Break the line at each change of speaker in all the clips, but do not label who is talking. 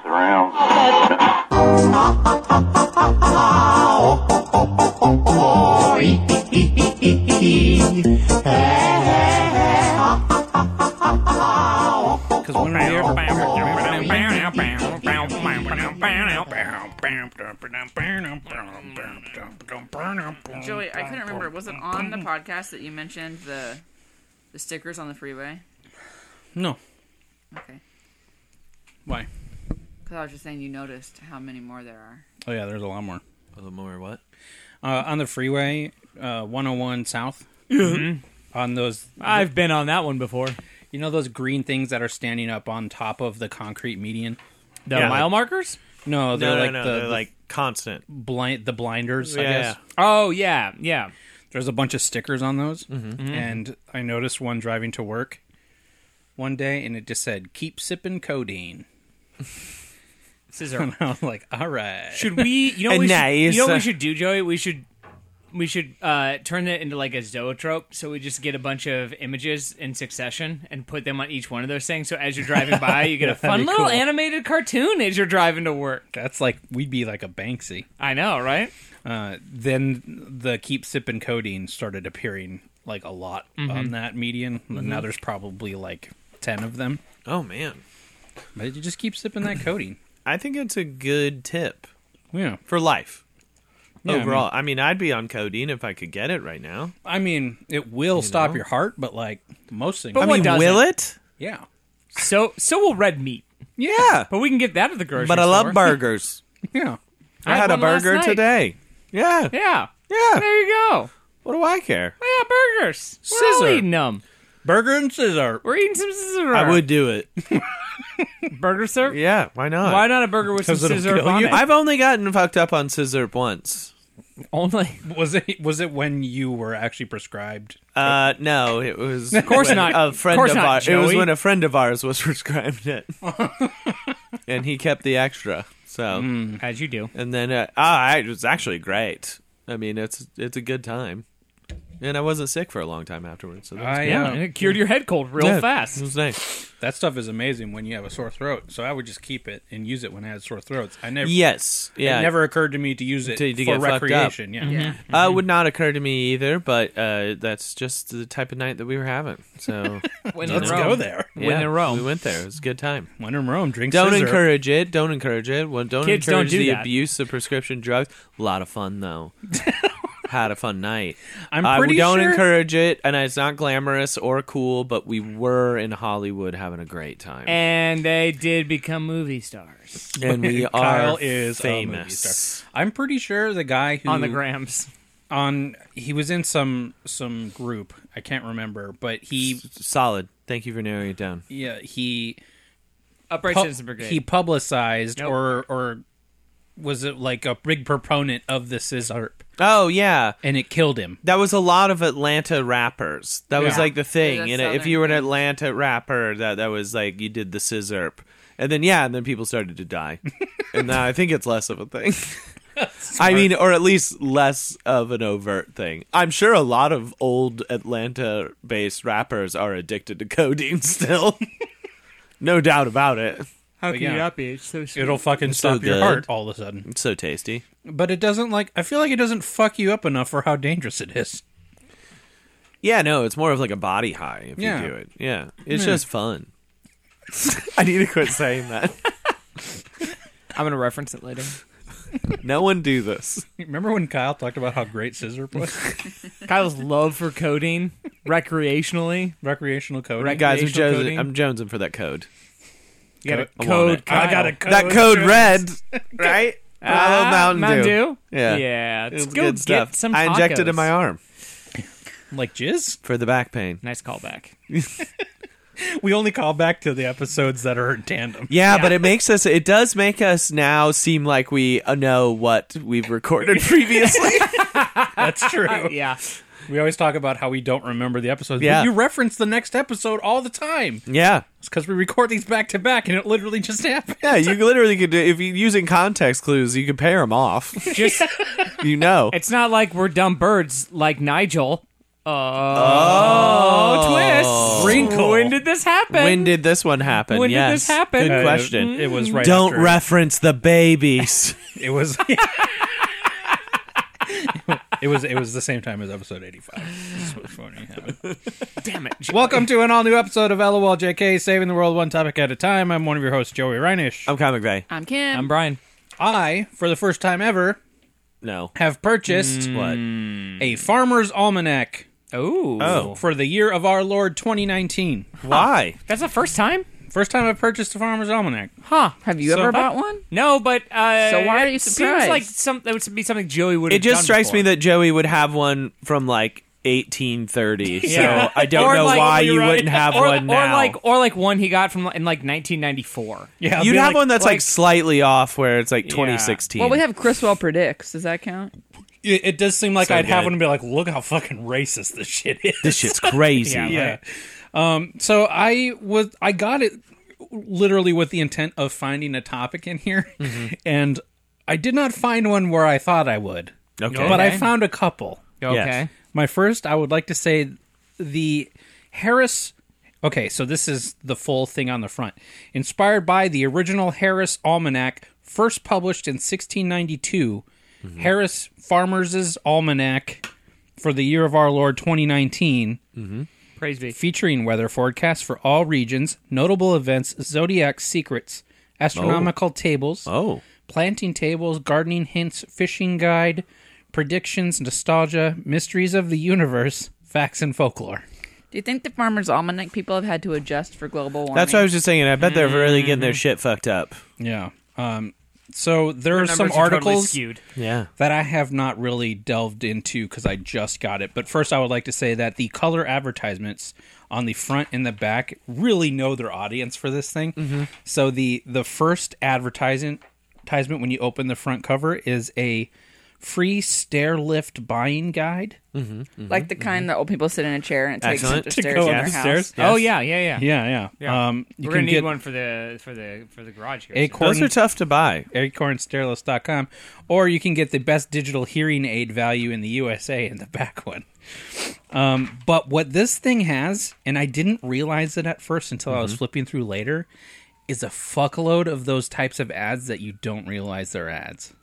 pounds.
Because when we're here,
Joey, I couldn't remember. Was it on the podcast that you mentioned the the stickers on the freeway?
no.
Okay.
Why?
Because I was just saying you noticed how many more there are.
Oh yeah, there's a lot more.
A little more what?
Uh, on the freeway, uh, 101 South. On those,
I've been on that one before.
you know, those green things that are standing up on top of the concrete median.
The
Yeah.
mile markers?
No, they're
Oh, No,
like
no, no.
the,
they're
the
like constant.
blind the blinders. I
Yeah,
guess
yeah.
Oh yeah, yeah.
there's a bunch of stickers on those,
Mm-hmm.
and I noticed one driving to work one day, and it just said "Keep sipping codeine."
Scissor.
And I'm like, all right.
Should we? You know, we should,
Nice.
you know, what we should do, Joey. We should. We should uh, turn that into like a zoetrope, so we just get a bunch of images in succession and put them on each one of those things. So as you're driving by, you get a fun
be
little
cool.
animated cartoon as you're driving to work.
That's like we'd be like a Banksy.
I know, right?
Uh, then the keep sipping codeine started appearing like a lot on that median. And
Mm-hmm.
Now there's probably like ten of them.
Oh man,
But you just keep sipping that codeine.
I think it's a good tip
Yeah.
for life.
Yeah, I mean-
Overall, I mean, I'd be on codeine if I could get it right now.
I mean, it will stop
know?
your heart, but like most things,
But
I
what
mean,
doesn't?
will it?
yeah.
So so will red meat,
Yeah,
but we can get that at the grocery
but I love
store.
burgers.
Yeah.
I had a
one last
burger
night.
today. Yeah,
Yeah,
yeah.
there you go.
What do I care?
Yeah, burgers. We're all
Scissor.
eating them.
Burger and scissor.
We're eating some scissor.
I would do it.
burger sir.
Yeah, why not?
Why not a burger with some
'Cause it'll
scissor
kill
on
you.
it?
I've only gotten fucked up on scissor once.
only.
Was it was it when you were actually prescribed?
Uh, no, it was of
course
when
not.
A friend
Of course
of
not,
ours. It was
Joey.
when a friend of ours was prescribed it, and he kept the extra. So
As you do.
and then uh, ah, it was actually great. I mean, it's it's a good time, and I wasn't sick for a long time afterwards. So that was
I,
good.
Yeah,
uh,
and it cured your head cold real
Yeah, It
fast.
was nice.
that stuff is amazing when you have a sore throat. So I would just keep it and use it when I had sore throats. I never
Yes, yeah.
It never occurred to me to use it
To-
for
to get fucked up.
recreation. Yeah.
Yeah.
uh,
Mm-hmm.
would not occur to me either, but uh, that's just the type of night that we were having. So
When
Let's
in Rome.
go there.
yeah,
in Rome.
we went there. It was a good time.
When in Rome, drink
Don't
scissor.
encourage it. Don't encourage it. Well, don't
Kids don't
encourage
do
the
that.
abuse of prescription drugs. A lot of fun though. Had a fun night.
I'm
I
pretty
don't
sure-
encourage it, and it's not glamorous or cool. But we were in Hollywood having a great time, and,
And they did become movie stars
we
Kyle
are
is famous.
famous.
I'm pretty sure the guy who
on the grams.
on he was in some some group. I can't remember, but he
Solid. Thank you for narrowing it down.
yeah he
Upright
pu-
Citizen Brigade.
he publicized
Nope.
or or was it like a big proponent of the scissor
Oh yeah,
and it killed him.
that was a lot of Atlanta rappers. That was
Yeah.
like the thing.
Yeah,
You know, if
Southern
you were an
thing.
Atlanta rapper, that that was like you did the scissorp. And then yeah, and then people started to die. and now I think it's less of a thing. I mean, or at least less of an overt thing. I'm sure a lot of old Atlanta-based rappers are addicted to codeine still. no doubt about it.
How
can yeah. you not
be? It's so
It'll fucking
So
stop your
good.
heart all of a sudden.
It's so tasty.
But it doesn't like I feel like it doesn't fuck you up enough for how dangerous it is.
Yeah, no, it's more of like a body high if
Yeah.
you do it. Yeah, it's just fun. I need to quit saying that.
I'm gonna reference it later.
No one do this.
Remember when Kyle talked about how great scissor was?
Kyle's love for coding recreationally.
Recreational coding.
Rec-
Guys, I'm,
Creational
Jones-
coding?
I'm jonesing for that code.
You gotta
I want
code.
it.
Kyle.
code.
that code red, right? I love
Ah,
Mountain,
Mountain Dew.
Yeah,
yeah.
It's
Let's go
good
get
stuff.
some.
I injected in
tacos.
my arm
Like jizz?
for the back pain.
Nice callback.
We only call back to the episodes that are in tandem.
Yeah, but it makes us. It does make us now seem like we uh, know what we've recorded previously.
That's true.
Yeah.
We always talk about how we don't remember the episodes. but
Yeah.
you reference the next episode all the time.
yeah,
It's because we record these back to back and it literally just happened.
yeah. You literally could do if you're using context clues, you can pair them off.
Just
You know,
It's not like we're dumb birds like Nigel Oh, twist.
Wrinkle.
When did this happen?
When did this one happen?
When did
yes.
this happen?
Good
Uh,
question.
It, was right.
Don't
after-
reference the babies.
It was. it was. It was the same time as episode eighty-five. It's so funny how-
Damn it.
Welcome to an all-new episode of LOLJK, saving the world one topic at a time. I'm one of your hosts, Joey Reinish.
I'm Comic Bay.
I'm Kim.
I'm Brian.
I, for the first time ever,
No.
have purchased
What?
a farmer's almanac
Oh.
Oh.
for the year of our Lord 2019.
Why?
That's the first time?
First time I've purchased a farmer's almanac.
Huh.
Have you
So-
ever bought one?
No, but uh,
So why are
it
you
Seems
surprised?
like some that would be something Joey would.
It
have
just
done
strikes me
before.
that Joey would have one from like 1830.
Yeah.
So I don't
Or
know
like-
why
you're
you
right.
wouldn't have
or,
one now.
or like or like one he got from in like 1994.
Yeah, I'll
You'd
be
have
like-
one that's like,
like-
slightly off, where it's like 2016.
Well, we have Chriswell predicts. Does that count?
It, it does seem like
So
I'd have
good.
one and be like, "Look how fucking racist this shit is."
this shit's crazy.
Yeah.
yeah. Um, so I was I got it literally with the intent of finding a topic in here, and I did not find one where I thought I would.
Okay.
But I
Okay.
found a couple.
Okay.
My first, I would like to say the Harris. Okay, so this is the full thing on the front. Inspired by the original Harris Almanac, first published in 1692, Harris Farmers' Almanac for the year of our Lord 2019
Praise be.
featuring weather forecasts for all regions, notable events, zodiac secrets, astronomical tables,
Oh.
planting tables, gardening hints, fishing guide, predictions, nostalgia, mysteries of the universe, facts and folklore.
Do you think the Farmer's Almanac people have had to adjust for global warming?
That's what I was just saying. and I bet they're really getting their shit fucked up.
Yeah. Um, so there are
Numbers
some
are totally
articles
skewed.
Yeah.
that I have not really delved into because I just got it. But first, I would like to say that the color advertisements on the front and the back really know their audience for this thing.
Mm-hmm.
So the the first advertisement advertisement when you open the front cover is a free stair lift buying guide.
Mm-hmm.
like the kind that old people sit in a chair and it takes them
Excellent.
to
To
stairs
go
in
up
their
the
house.
stairs?
Oh yeah, yeah, yeah.
Yeah, yeah.
Yeah.
Um, you can
We're gonna need
get
one for the for the for the garage here. soon.
acorn
Those are tough to buy.
acornstairless.com, or you can get the best digital hearing aid value in the USA in the back one. Um, but what this thing has, and I didn't realize it at first until I was flipping through later, is a fuckload of those types of ads that you don't realize they're ads.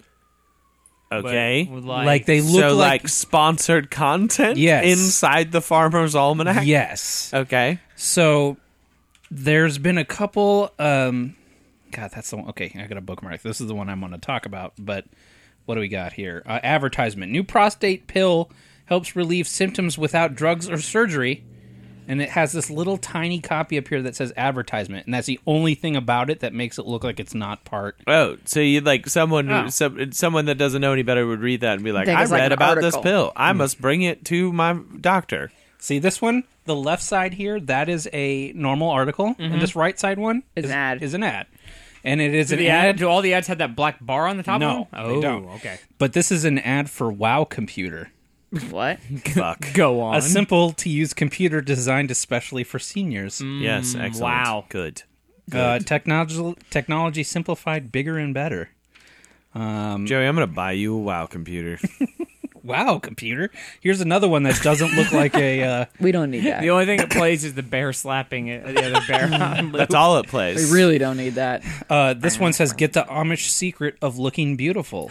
But
Okay.
would
Like,
like,
they look
so
like,
like, sponsored content
Yes.
inside the farmer's almanac
yes.
okay
So there's been a couple. Um, God, that's the one. Okay, I got a bookmark. This is the one I'm going to talk about. But what do we got here? Uh, advertisement: New prostate pill helps relieve symptoms without drugs or surgery. And it has this little tiny copy up here that says advertisement, and that's the only thing about it that makes it look like it's not part.
oh so you like someone who-
Oh.
some, someone that doesn't know any better would read that and be like
Think
i
it's like
read
an
about this
article."
pill i
Hmm.
must bring it to my doctor
See this one, the left side here, that is a normal article, and this right side one
Is an ad.
Is an ad, and it is
do
an
the ad, do all the ads have that black bar on the top
No,
of them?
they
Oh,
don't.
okay.
But this is an ad for WoW Computer,
What?
fuck
Go on.
a simple to use computer designed especially for seniors.
yes excellent
wow.
good
Uh, technology, technology simplified, bigger and better. Um,
joey i'm gonna buy you a wow computer
Wow, computer. Here's another one that doesn't look like a. Uh,
We don't need that.
the only thing it plays is the bear slapping it, the other bear. on loop.
that's all it plays
we really don't need that.
uh, this one says, "Get the Amish secret of looking beautiful."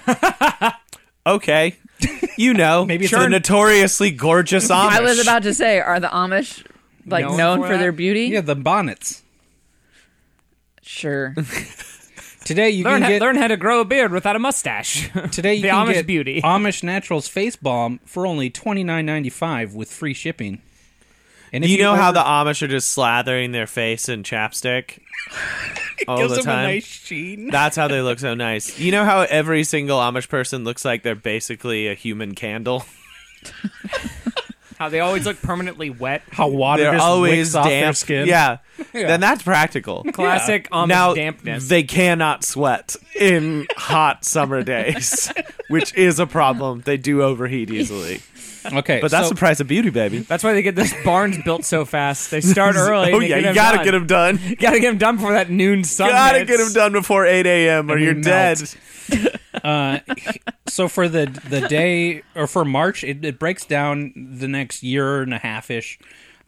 okay you know
Maybe it's
sure
a-
notoriously gorgeous Amish.
I was about to say, are the Amish like
Known
known,
for
for,
that?
their beauty?
yeah, the bonnets.
Sure.
Today you
learn,
can
how,
get
learn how to grow a beard without a mustache.
today you
the
can
Amish
get
beauty.
Amish Naturals face balm for only twenty nine ninety five with free shipping. And
you, know
order-
how the amish are just slathering their face in chapstick all
gives
the
them
time
a nice sheen.
That's how they look so nice. You know how every single Amish person looks like they're basically a human candle?
how they always look permanently wet.
How water
They're
just licks
always
off
damp.
their skin.
Yeah. Then that's practical.
Classic Amish
now
dampness.
they cannot sweat in hot summer days, which is a problem. They do overheat easily.
Okay,
But that's
so-
the price of beauty, baby.
That's why they get those barns built so fast. They start early.
oh
and
yeah,
they get
you
them
gotta
done.
get them done.
Gotta get them done before that noon sun.
gotta
hits.
get them done before 8 a.m. or
And we
you're
melt.
dead.
Uh, so for the the day or for March, it, it breaks down the next year and a half ish,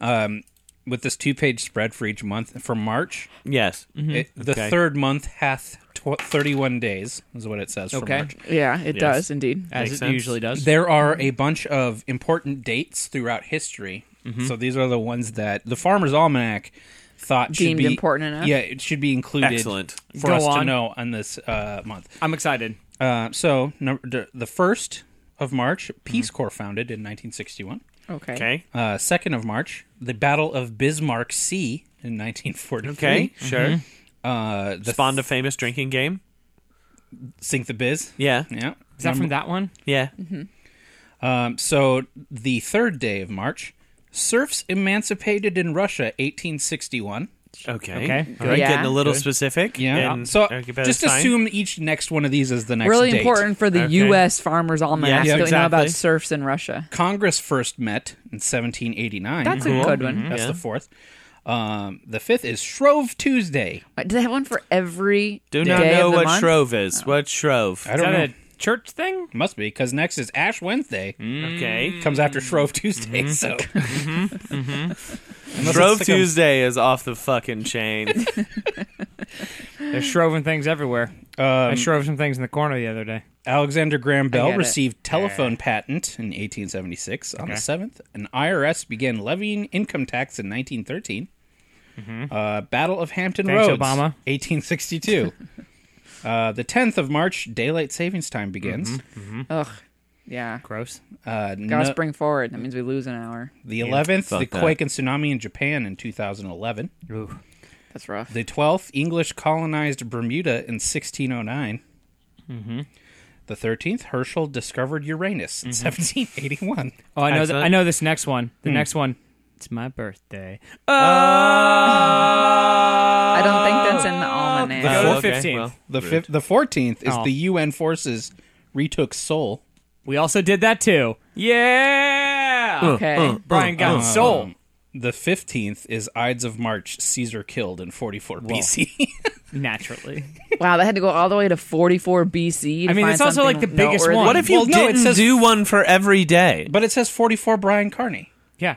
um, with this two page spread for each month. For March,
Yes.
it, the
Okay.
third month hath tw- thirty one days is what it says. For
Okay.
March.
Yeah, it
Yes.
does indeed.
as
Makes
it
sense.
usually does.
There are a bunch of important dates throughout history. So these are the ones that the Farmer's Almanac thought
Deemed
should be
important enough.
Yeah, it should be included.
Excellent.
for
Go
us to
on.
know on this uh, month.
I'm excited.
Uh, so number, the- the first of March, Peace Corps founded in 1961.
Okay.
Okay.
Uh, second of March, the Battle of Bismarck Sea in 1943.
Okay. Sure.
Uh, the
Spawned a famous drinking game.
sink the biz.
Yeah.
Yeah.
Is that from that one?
Yeah.
Um, so the third day of March, serfs emancipated in Russia 1861.
Okay.
Okay.
All right.
Yeah.
Getting a little
Good.
specific.
Yeah.
And-
so
okay, but
just
it's fine.
assume each next one of these is the next
Really
date.
important for the
Okay.
U.S. farmers' almanac
Yeah,
that we know
exactly.
about serfs in
Mm-hmm.
Russia.
Congress first met in 1789.
That's
Mm-hmm.
a good one.
That's
Yeah.
the fourth. Um, the fifth is Shrove Tuesday.
Wait, Do they have one for every
Do
day
not
of
know
the
what
month?
Shrove is. What Shrove?
I
Is
don't
that
know.
a church thing?
Must be because next is Ash Wednesday.
Okay.
Comes after Shrove Tuesday, so Unless it's
Shrove
like a-
Tuesday is off the fucking chain.
They're shroving things everywhere. I
um,
shrove some things in the corner the other day.
Alexander Graham Bell
get it.
received telephone patent in 1876. On the seventh, an IRS began levying income tax in 1913. Uh, Battle of Hampton
Thanks,
Roads,
Obama.
1862. uh, the 10th of March, daylight savings time begins.
Ugh. Yeah.
Gross.
Uh,
Gotta
no-
spring forward. That means we lose an hour.
The 11th,
fuck
the
that.
quake and tsunami in Japan in 2011.
That's rough.
The 12th, English colonized Bermuda in 1609. Mm-hmm. The 13th, Herschel discovered Uranus in 1781.
Oh, I know. Th-
Excellent. Hmm.
I know this next one. The next one. It's my birthday.
I don't think that's in the almanac.
Go to
Oh,
the
okay,
15th.
well.
The, fif- the 14th is
Oh.
the UN forces retook Seoul.
We also did that too. Yeah.
okay.
Brian got soul.
The 15th is Ides of March, Caesar killed in 44 BC.
Naturally.
Wow, they had to go all the way to 44 BC. To
I mean,
find
it's also,
something
like, the biggest
noteworthy.
one.
What if you
Well, no, it
didn't
says-
do one for every day?
but it says 44 Brian Carney.
Yeah.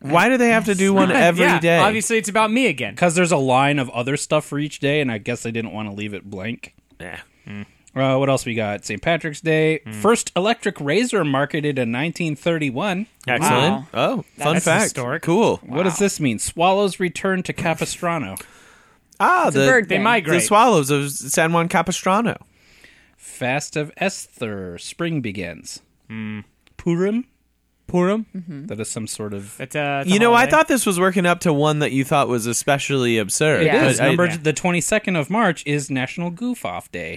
Why do they have to do one every day?
yeah. Obviously, it's about me again.
Because there's a line of other stuff for each day, and I guess they didn't want to leave it blank.
Yeah.
Uh, what else we got? St. Patrick's Day. First electric razor marketed in 1931.
Excellent.
Wow.
Oh, fun
That's
fact.
historic.
Cool.
What does this mean? Swallows return to Capistrano.
Ah,
a
the
bird
They
Dang.
the
migrate.
swallows of San Juan Capistrano.
Fast of Esther. Spring begins.
Hmm.
Purim.
Purim.
That is some sort of.
That's, uh, it's a
You know, I
holiday.
thought this was working up to one that you thought was especially absurd.
It
but
is.
It's
I-
numbered the 22nd of March is National Goof Off Day.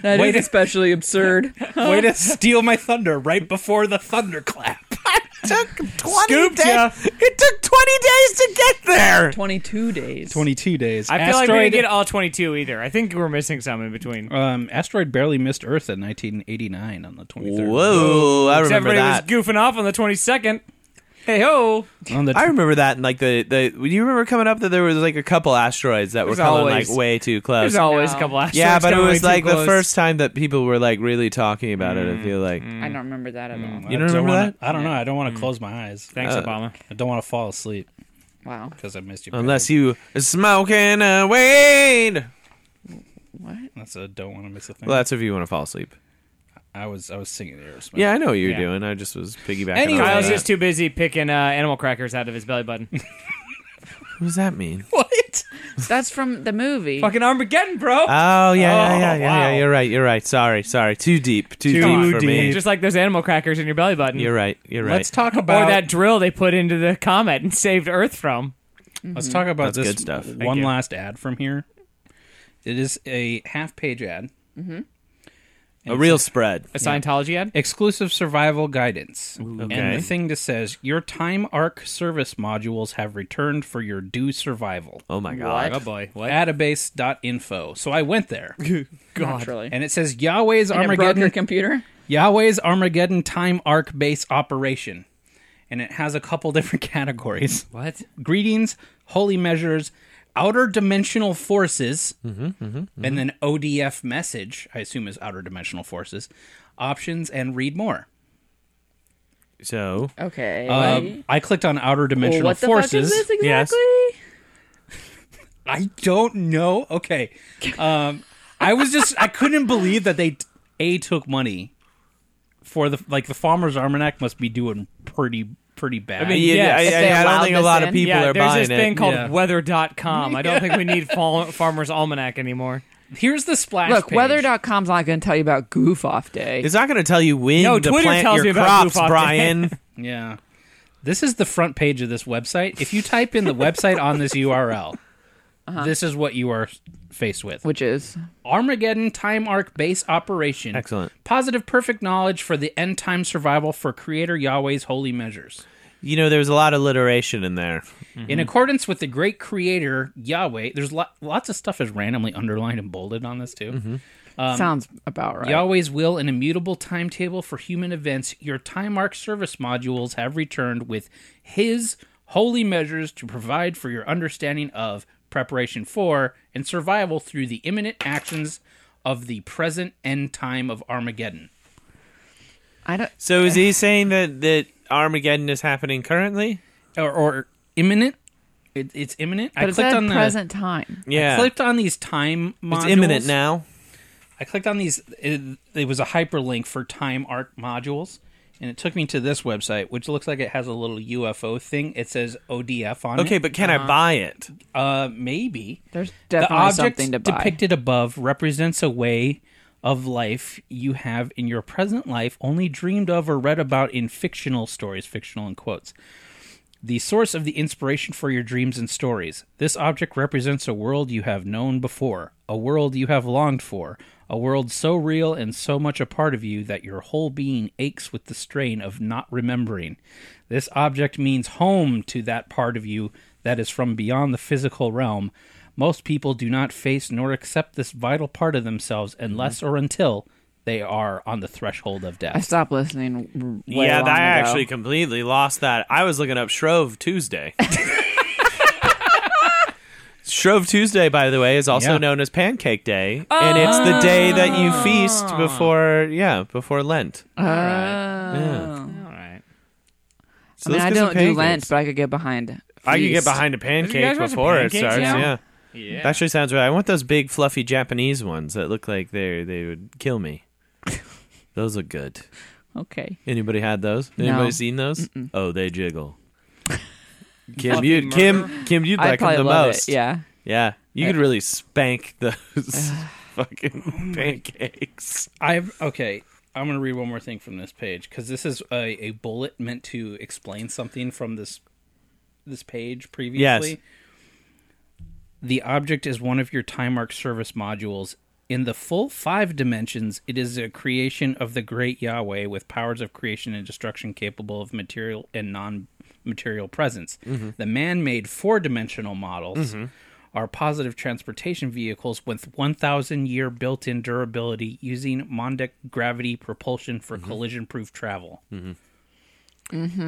That
Wait
is
a-
especially absurd.
Way to steal my thunder right before the thunderclap.
took 20
Scooped
days.
ya.
It took 20 days to get there.
22 days.
22 days.
I feel like we
Asteroid-
didn't get all 22 either. I think we're missing some in between.
um, asteroid barely missed Earth in 1989 on the 23rd.
Whoa, I
Because
remember
everybody
that.
was goofing off on the 22nd. Hey ho!
On the
I remember that, and like the the. Do you remember coming up that there was like a couple asteroids that were
There's
coming
always-
like way too close?
There's always
No.
a couple asteroids.
yeah, but it
coming
was
way too
like the
close. Mm,
first time that people were like really talking about it. I feel like
I don't remember that at
Mm.
all.
You don't remember
wanna,
that? Hmm.
I don't know. I don't want to close my eyes.
Thanks,
Uh,
Obama.
I don't want to fall asleep
Wow.
because I missed you.
unless you smoking a weed.
What?
that's a don't want to miss a thing.
Well, that's if you want to fall asleep.
I was I was singing Aerosmith.
Yeah, I know what you're
Yeah.
doing. I just was piggybacking.
Anyway.
on
I was
that.
just too busy picking uh, animal crackers out of his belly button.
what does that mean?
What?
That's from the movie.
Fucking Armageddon, bro!
Oh yeah, yeah,
Oh,
yeah, yeah,
wow.
yeah. You're right. You're right. Sorry, sorry. Too deep. Too,
Too
deep for me.
deep.
Just like those animal crackers in your belly button.
You're right. You're right.
Let's talk
or
about
that drill they put into the comet and saved Earth from.
Let's talk about
That's
this
good stuff. Thank
one
you.
last ad from here. It is a half-page ad.
a real spread.
A Scientology ad?
Exclusive survival guidance. And
Okay.
the thing that says your time arc service modules have returned for your due survival.
Oh my god.
Oh boy. What?
Database.info. So I went there.
Naturally.
And it says Yahweh's
And it broke
Armageddon
your computer?
Yahweh's Armageddon Time Arc Base Operation. And it has a couple different categories
What?
greetings, holy measures, outer dimensional forces,
Mm-hmm,
and then ODF message, I assume is outer dimensional forces, options, and read more.
So
Okay.
Um, I clicked on outer dimensional
what the
forces.
fuck is this exactly?
Yes.
I don't know. Okay. Um, I was just I couldn't believe that they a took money for the like the Farmer's Almanac must be doing pretty pretty bad.
I mean,
yeah,
yes.
I-
If
they
I, I
allowed
don't think a
this
lot
in.
of people
yeah,
are
there's
buying
this thing
it.
called
Yeah.
weather.com. I don't think we need fal- Farmer's Almanac anymore.
here's the splash.
Look,
page.
weather.com's not going to tell you about goof off day.
It's not going to tell you when
No,
to
Twitter
plant
tells
your
you about
crops,
goof off.
Brian.
Yeah. This is the front page of this website. If you type in the website on this URL, this is what you are faced with.
which is
Armageddon Time Arc Base Operation.
Excellent.
Positive perfect knowledge for the end time survival for Creator Yahweh's holy measures.
you know, there's a lot of alliteration in there.
In accordance with the great creator Yahweh, there's lo- lots of stuff is randomly underlined and bolded on this too.
Um,
sounds about right.
Yahweh's will and immutable timetable for human events, your time arc service modules have returned with his holy measures to provide for your understanding of preparation for and survival through the imminent actions of the present end time of Armageddon.
I don't
So is he saying that that Armageddon is happening currently?
Or, or imminent? It, it's imminent.
but
I
it
clicked
said
on the
present time.
Yeah,
clicked on these time modules.
it's imminent now.
I clicked on these. It, it was a hyperlink for time arc modules, and it took me to this website, which looks like it has a little UFO thing. It says ODF on
Okay,
it.
but can I buy it?
uh, maybe
There's
the
definitely
object
something to buy.
depicted above represents a way of life you have in your present life only dreamed of or read about in fictional stories. Fictional in quotes. The source of the inspiration for your dreams and stories. This object represents a world you have known before, a world you have longed for, a world so real and so much a part of you that your whole being aches with the strain of not remembering. This object means home to that part of you that is from beyond the physical realm. Most people do not face nor accept this vital part of themselves unless or until they are on the threshold of
I
death.
stopped listening. w- way
yeah,
long
I
ago.
actually completely lost that. I was looking up Shrove Tuesday. Shrove Tuesday, by the way, is also
Yeah.
known as Pancake Day, and it's the day that
Oh.
you feast before, yeah, before Lent.
All right.
Yeah.
All right.
I mean,
So let's
I
get some
don't do
pancakes.
Lent, but I could get behind.
I could get
feast.
behind a
You guys
pancake
want some
before it
pancakes
starts.
now?
Yeah.
Yeah.
That actually sounds right. I want those big fluffy Japanese ones that look like they they would kill me. those look good.
Okay.
Anybody had those?
No.
Anybody seen those? Oh, they jiggle. Kim,
Fluffy
you Kim Kim, you'd
I
like them
probably
the
love
most.
it. Yeah.
yeah. You
Yeah.
could really spank those fucking pancakes.
I've okay. I'm gonna read one more thing from this page because this is a, a bullet meant to explain something from this this page previously. The object is one of your time arc service modules. In the full five dimensions, it is a creation of the great Yahweh with powers of creation and destruction capable of material and non material presence.
Mm-hmm.
The man made four dimensional models are positive transportation vehicles with 1,000 year built in durability using Mondic gravity propulsion for
Mm-hmm.
collision proof travel.
Hmm.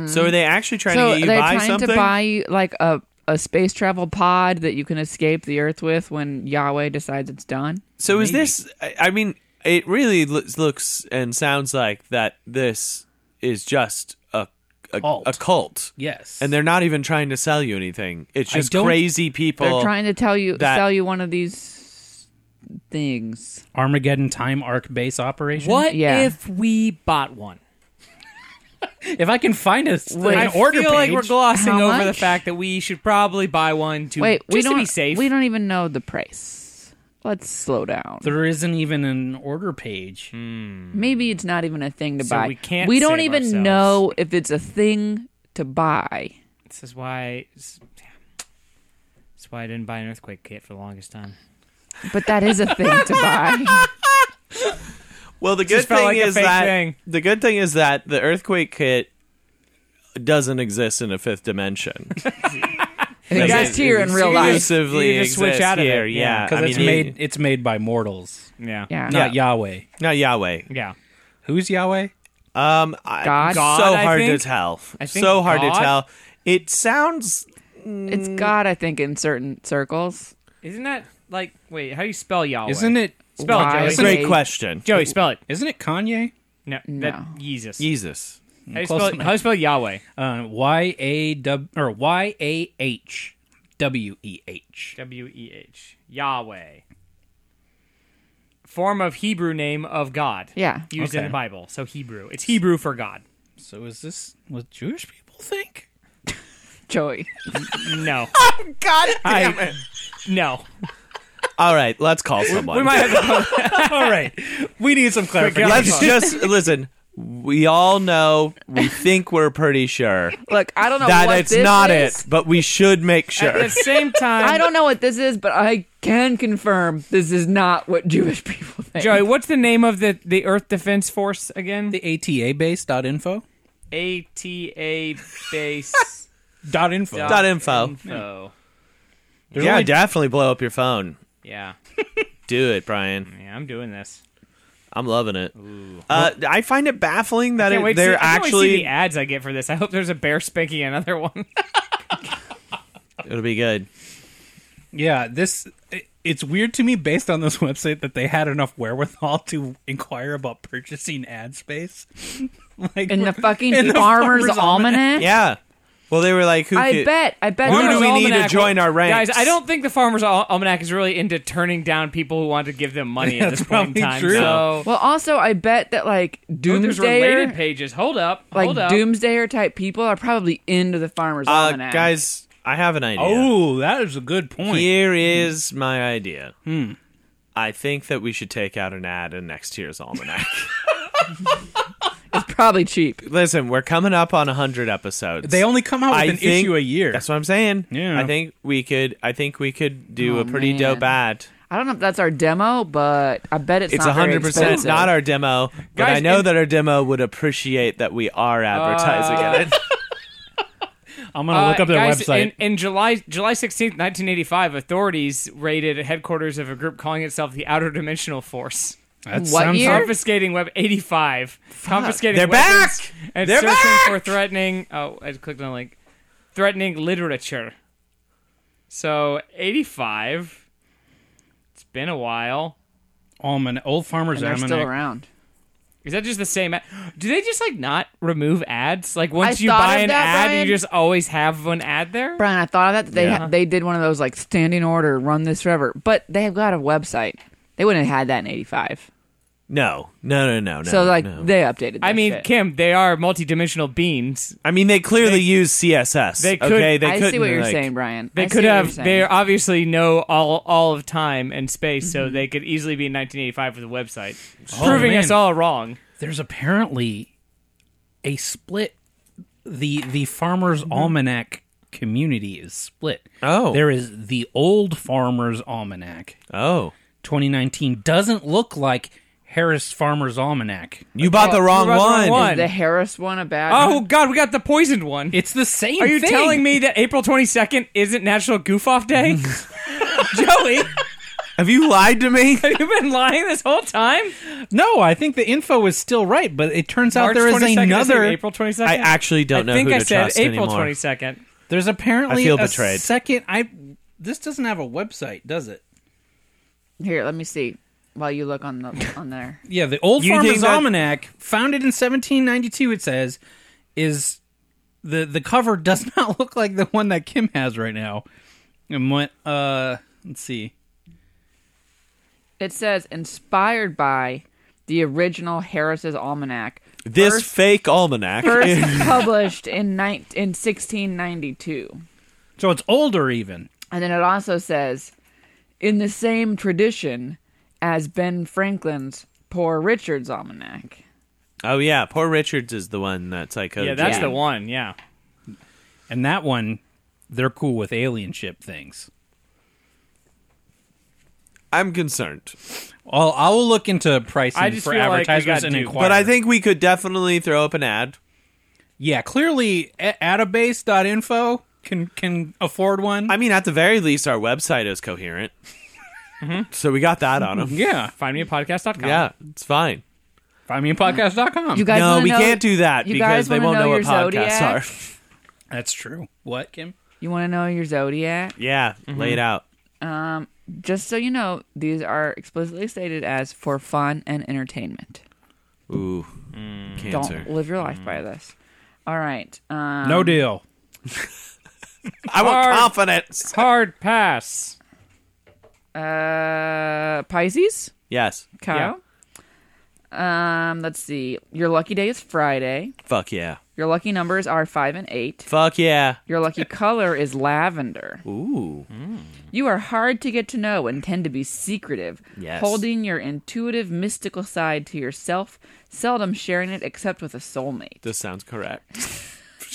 So are they actually trying
Mm. So
to get you
they're
buy
trying
something?
to buy you, like a a space travel pod that you can escape the Earth with when Yahweh decides it's done.
So is this? I I mean, it really lo- looks and sounds like that. This is just a a
Cult.
a cult,
Yes.
and they're not even trying to sell you anything. It's
I
just
don't-
crazy
They're
people.
trying to tell you
that-
sell you one of these things.
Armageddon time arc base operation.
What
Yeah.
if we bought one?
If I can find a
I
an order
feel like
page-
we're glossing
How
over the
much?
fact that we should probably buy one to
Wait,
just
we don't
to be safe.
we don't even know the price. Let's slow down.
there isn't even an order page.
Maybe it's not even a thing to
So
buy.
we can't
We don't
save
even
ourselves.
know if it's a thing to buy.
This is why. This is why I didn't buy an earthquake kit for the longest time.
But that is a thing to buy.
well, the good
just felt
thing
like a
is
fake
that
thing.
the good thing is that the earthquake kit doesn't exist in a fifth dimension.
It exists
Doesn't
here in real life.
exclusively
You just switch
exist
out of it,
here,
yeah.
Yeah,
Because
I
it's
mean,
made
it-
it's made by mortals,
Yeah.
Yeah.
not Yahweh.
not Yahweh.
Yeah.
Who's Yahweh?
Um, I-
God?
God,
so
I
hard
think?
to tell.
I think
so hard to
God?
tell. It sounds
It's God, I think, in certain circles.
Isn't that like wait? How do you spell Yahweh?
Isn't it?
spell it,
Why?
Joey?
Isn't
Great
it-
question.
Joey, spell it.
Isn't it Kanye?
No,
No.
that Jesus.
Jesus.
How do you
Close
spell,
enough.
how do you spell Yahweh?
Uh, y a w or y a h w e h.
W E H Yahweh. Form of Hebrew name of God.
Yeah.
Used in
Okay.
the Bible. So Hebrew. It's Hebrew for God.
So is this what Jewish people think?
Joey.
No.
Oh,
God
I, no.
All right, let's call someone.
We might have to
All right, we need some clarification.
let's just listen. We all know. We think we're pretty sure
Look, I don't know
that
what
it's
this
not
is.
it, but we should make
At
sure.
the same time,
I don't know what this is, but I can confirm this is not what Jewish people think.
Joey, what's the name of the, the Earth Defense Force again?
The ATA base dot info
ATA base.
dot info.
Dot info.
info.
There's
yeah,
only-
definitely blow up your phone.
Yeah.
Do it, Brian.
Yeah, I'm doing this.
I'm loving it. Uh, I find it baffling that
Can't
it,
wait to
they're
see, I can't wait to see
actually.
the ads I get for this. I hope there's a bear spanking another one.
It'll be good.
yeah, this it- it's weird to me based on this website that they had enough wherewithal to inquire about purchasing ad space. like
in the fucking
in the
Farmer's,
Farmer's
Almanac?
Yeah. Well, they were like, who?
I
could-
bet. I bet.
Who
there
do
was
we
all-
need to join our ranks?
Guys, I don't think the Farmer's Al- Almanac is really into turning down people who want to give them money at this point
probably
in time.
true.
So
Well, also, I bet that like
Ooh, Oh, there's related
doomsdayer,
pages. Hold up.
like
Hold up.
doomsdayer type people are probably into the Farmer's
Uh,
Almanac.
guys, I have an idea.
Oh, that is a good point.
Here is my idea. Hmm. I think that we should take out an ad in next year's almanac.
it's probably cheap.
Listen, we're coming up on hundred episodes.
They only come out with
I
an
think-
issue a year.
That's what I'm saying.
Yeah.
I think we could. I think we could do
Oh,
a pretty
man.
dope ad.
I don't know if that's our demo, but I bet it's
It's
not very
hundred percent
expensive.
not our demo, but
Guys,
I know
and-
that our demo would appreciate that we are advertising in it.
I'm gonna look
Uh,
up their
guys,
website.
In, in July July 16th, 1985, authorities raided headquarters of a group calling itself the Outer Dimensional Force.
that
What
sounds
year?
Confiscating Web 85. Confiscating
They're
weapons
back!
And
They're
searching
back!
for threatening. Oh, I just clicked on a link. Threatening literature. So, 85. It's been a while.
almanac, old farmer's
And they're still
almanac.
around.
Is that just the same? Ad? Do they just like not remove ads? Like once
I
you
thought
buy
of
an
that,
ad,
Brian.
you just always have an ad there.
Brian, I thought of that. They
Yeah.
they did one of those like standing order, run this forever. But they have got a website. They wouldn't have had that in '85.
No, no, no, no, no.
So like
no.
they updated.
I
that
mean,
shit.
Kim, they are multidimensional beings.
I mean, they clearly use CSS.
they could-
okay, they
I
couldn't,
see what you're
like-
saying, Brian.
They
I see
could
what
have.
you're saying.
They obviously know all all of time and space,
Mm-hmm.
so they could easily be in 1985 with a website,
Oh,
proving
man.
us all wrong.
There's apparently a split. the The farmer's
Mm-hmm.
almanac community is split.
Oh.
there is the old farmer's almanac.
Oh,
2019 doesn't look like Harris Farmer's Almanac.
you bought the wrong
bought the
one.
wrong one.
Is the Harris one about.
Oh God, we got the poisoned one.
It's the same.
Are you
thing.
telling me that April 22nd isn't National Goof Off Day, Joey?
Have you lied to me?
Have you been lying this whole time?
No, I think the info is still right, but it turns out
March
there is
22nd,
another.
April 22nd.
I actually don't know
I think
who
I
to
said
trust
April
anymore.
twenty second.
There's apparently
I feel
a
betrayed.
second. I this doesn't have a website, does it?
Here, let me see. While you look on the on there,
Yeah, the Old
You think
Farmer's
that-
Almanac, founded in 1792, it says, is the the cover does not look like the one that Kim has right now. And what? Uh, let's see.
it says inspired by the original Harris's Almanac,
This
First-
fake almanac.
first published in nine in 1692.
So it's older even.
And then it also says, in the same tradition as Ben Franklin's Poor Richard's Almanac.
oh yeah, poor Richards is the one that's like.
Yeah, that's
Yeah.
the one. Yeah.
And that one, they're cool with alien ship things.
I'm concerned,
I'll I will look into pricing
I just
for
feel like we
advertisements
got
and
duped.
inquire.
but I think we could definitely throw up an ad.
yeah, clearly a- Atabase.info can can afford one.
I mean, at the very least, our website is coherent,
Mm-hmm.
so we got that on them.
yeah,
Find me at podcast.com.
yeah, it's fine.
find me at podcast.com.
You guys
no,
wanna
we
know-
can't do that
you
because
guys
they
wanna
won't know,
know
what
your
podcasts
zodiac?
are.
That's true. What, Kim?
You want to know your zodiac?
Yeah,
Mm-hmm.
lay it out.
Just so you know, these are explicitly stated as for fun and entertainment.
Ooh, cancer.
Mm. Don't live your life
Mm-hmm.
by this. All right. Um,
no deal.
I want
Hard.
confidence.
Hard pass.
uh, Pisces,
Yes.
Kyle. Um, let's see. Your lucky day is Friday.
Fuck yeah.
Your lucky numbers are five and eight.
Fuck yeah.
Your lucky color is lavender.
Ooh.
Mm-hmm. You are hard to get to know and tend to be secretive,
Yes.
holding your intuitive, mystical side to yourself, seldom sharing it except with a soulmate.
This sounds correct.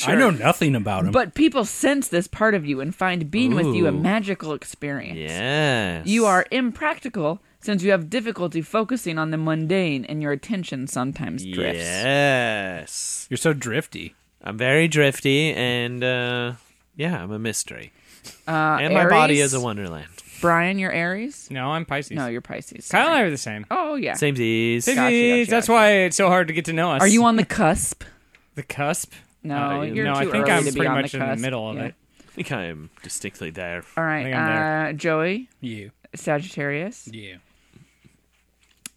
I know nothing about him.
But people sense this part of you and find being with you a
Ooh.
magical experience.
Yes.
You are impractical since you have difficulty focusing on the mundane and your attention sometimes drifts.
Yes.
You're so drifty.
I'm very drifty and uh yeah, I'm a mystery.
Uh,
and my body
Aries?
is a wonderland.
Brian, you're Aries?
No, I'm Pisces.
No, you're Pisces.
Kyle and I are the same.
Oh, yeah.
Same Z's.
Pisces.
gotcha,
That's
gotcha.
why it's so hard to get to know us.
Are you on the cusp?
the cusp?
No,
Uh,
you're
no,
too
I think
early
I'm
to be
pretty
on
much
the
in the
cusp.
middle of
Yeah.
it.
I think I'm distinctly there.
All right,
think I'm
uh, Joey,
You.
Sagittarius.
You.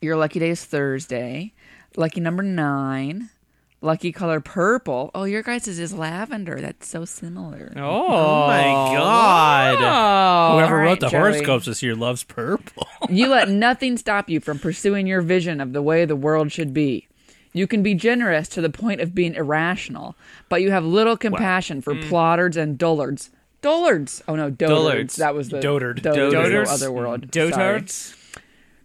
Your lucky day is Thursday. Lucky number nine. Lucky color purple. Oh, your guys' is lavender. That's so similar.
Oh,
Oh my god.
Whoever
all
wrote
right,
the
Joey.
horoscopes this year loves purple.
You let nothing stop you from pursuing your vision of the way the world should be. You can be generous to the point of being irrational, but you have little compassion for ploddards and dullards. Dullards. Oh no, dotards.
Dullards.
That was the
Dotard.
Dotard.
Dotards.
Other world. Sorry.
Dotards.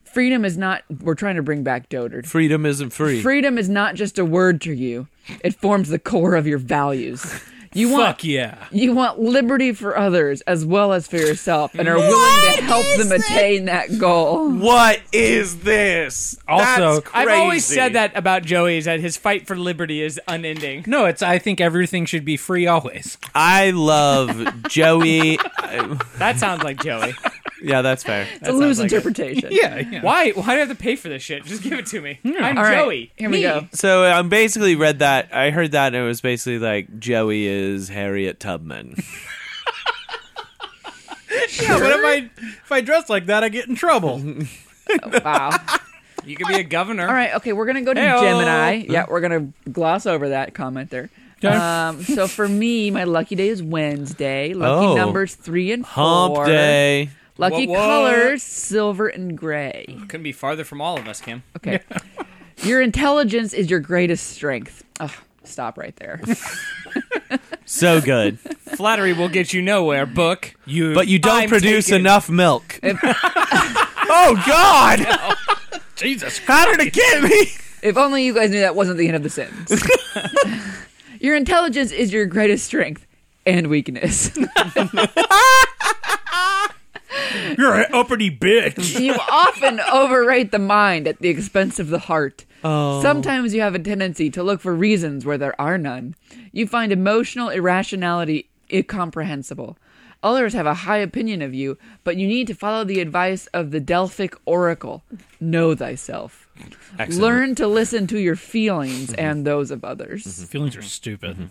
Freedom is not. We're trying to bring back dotard.
Freedom isn't free.
Freedom is not just a word to you. It forms the core of your values. You want
Fuck yeah.
you want liberty for others as well as for yourself and are willing to help them attain that goal.
What is this?
Also-
That's
I've always
crazy.
said that about Joey is that his fight for liberty is unending.
No, it's I think everything should be free always.
I love Joey.
That sounds like Joey.
yeah, that's fair.
It's a loose
sounds like it.
interpretation.
yeah.
Why? Why do I have to pay for this shit? Just give it to me. I'm
All right,
Joey.
here we
Me.
go.
So I um, basically read that. I heard that, and it was basically like Joey is Harriet Tubman.
Yeah, but if I if I dress like that I get in trouble.
Wow.
You could be a governor.
All right. Okay, we're gonna go to
Heyo.
Gemini. Yeah, we're gonna gloss over that comment there. Um, so for me, my lucky day is Wednesday. Lucky
Oh.
numbers three and
Hump
four.
day.
Lucky
What, what?
colors silver and gray.
Couldn't be farther from all of us, Kim.
Okay. Your intelligence is your greatest strength. Ugh, stop right there.
So good.
Flattery will get you nowhere. Book.
You
But you don't
I'm
produce
taken.
enough milk. oh, God.
Jesus
How did it get me?
If only you guys knew that wasn't the end of the sentence. your intelligence is your greatest strength and weakness.
You're an uppity bitch.
you often overrate the mind at the expense of the heart.
Oh.
Sometimes you have a tendency to look for reasons where there are none. You find emotional irrationality incomprehensible. Others have a high opinion of you, but you need to follow the advice of the Delphic oracle know thyself.
Excellent.
Learn to listen to your feelings and those of others.
Feelings are stupid.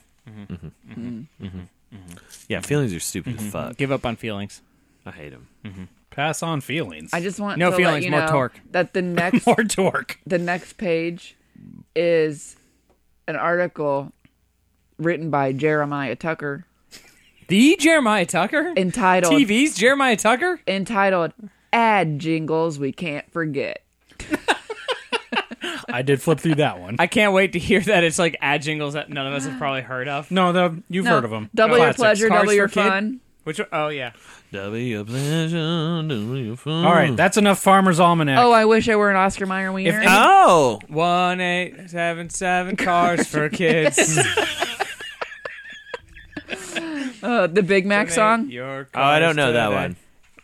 Yeah, feelings are stupid as fuck.
Give up on feelings.
Mm-hmm. I hate them.
Pass on feelings.
I just want
No
to let
feelings,
you
more
know
torque.
that the next
More torque.
the next page is an article written by Jeremiah Tucker
The Jeremiah Tucker.
entitled
TV's Jeremiah Tucker.
entitled "Ad Jingles We Can't Forget."
I did flip through that one.
I can't wait to hear that. It's like ad jingles that none of us have probably heard of.
no, the, you've heard of them.
Double your
Classics.
pleasure,
Cars
double your
for Kid.
fun.
Which? one- Oh yeah.
That'll be a pleasure. That'll be a fun-
All right, that's enough Farmer's Almanac.
Oh, I wish I were an Oscar Mayer wiener.
Oh.
One eight seven seven cars for kids.
Uh, the Big Mac song:
Your
Oh, I
cars
don't know that
today.
one.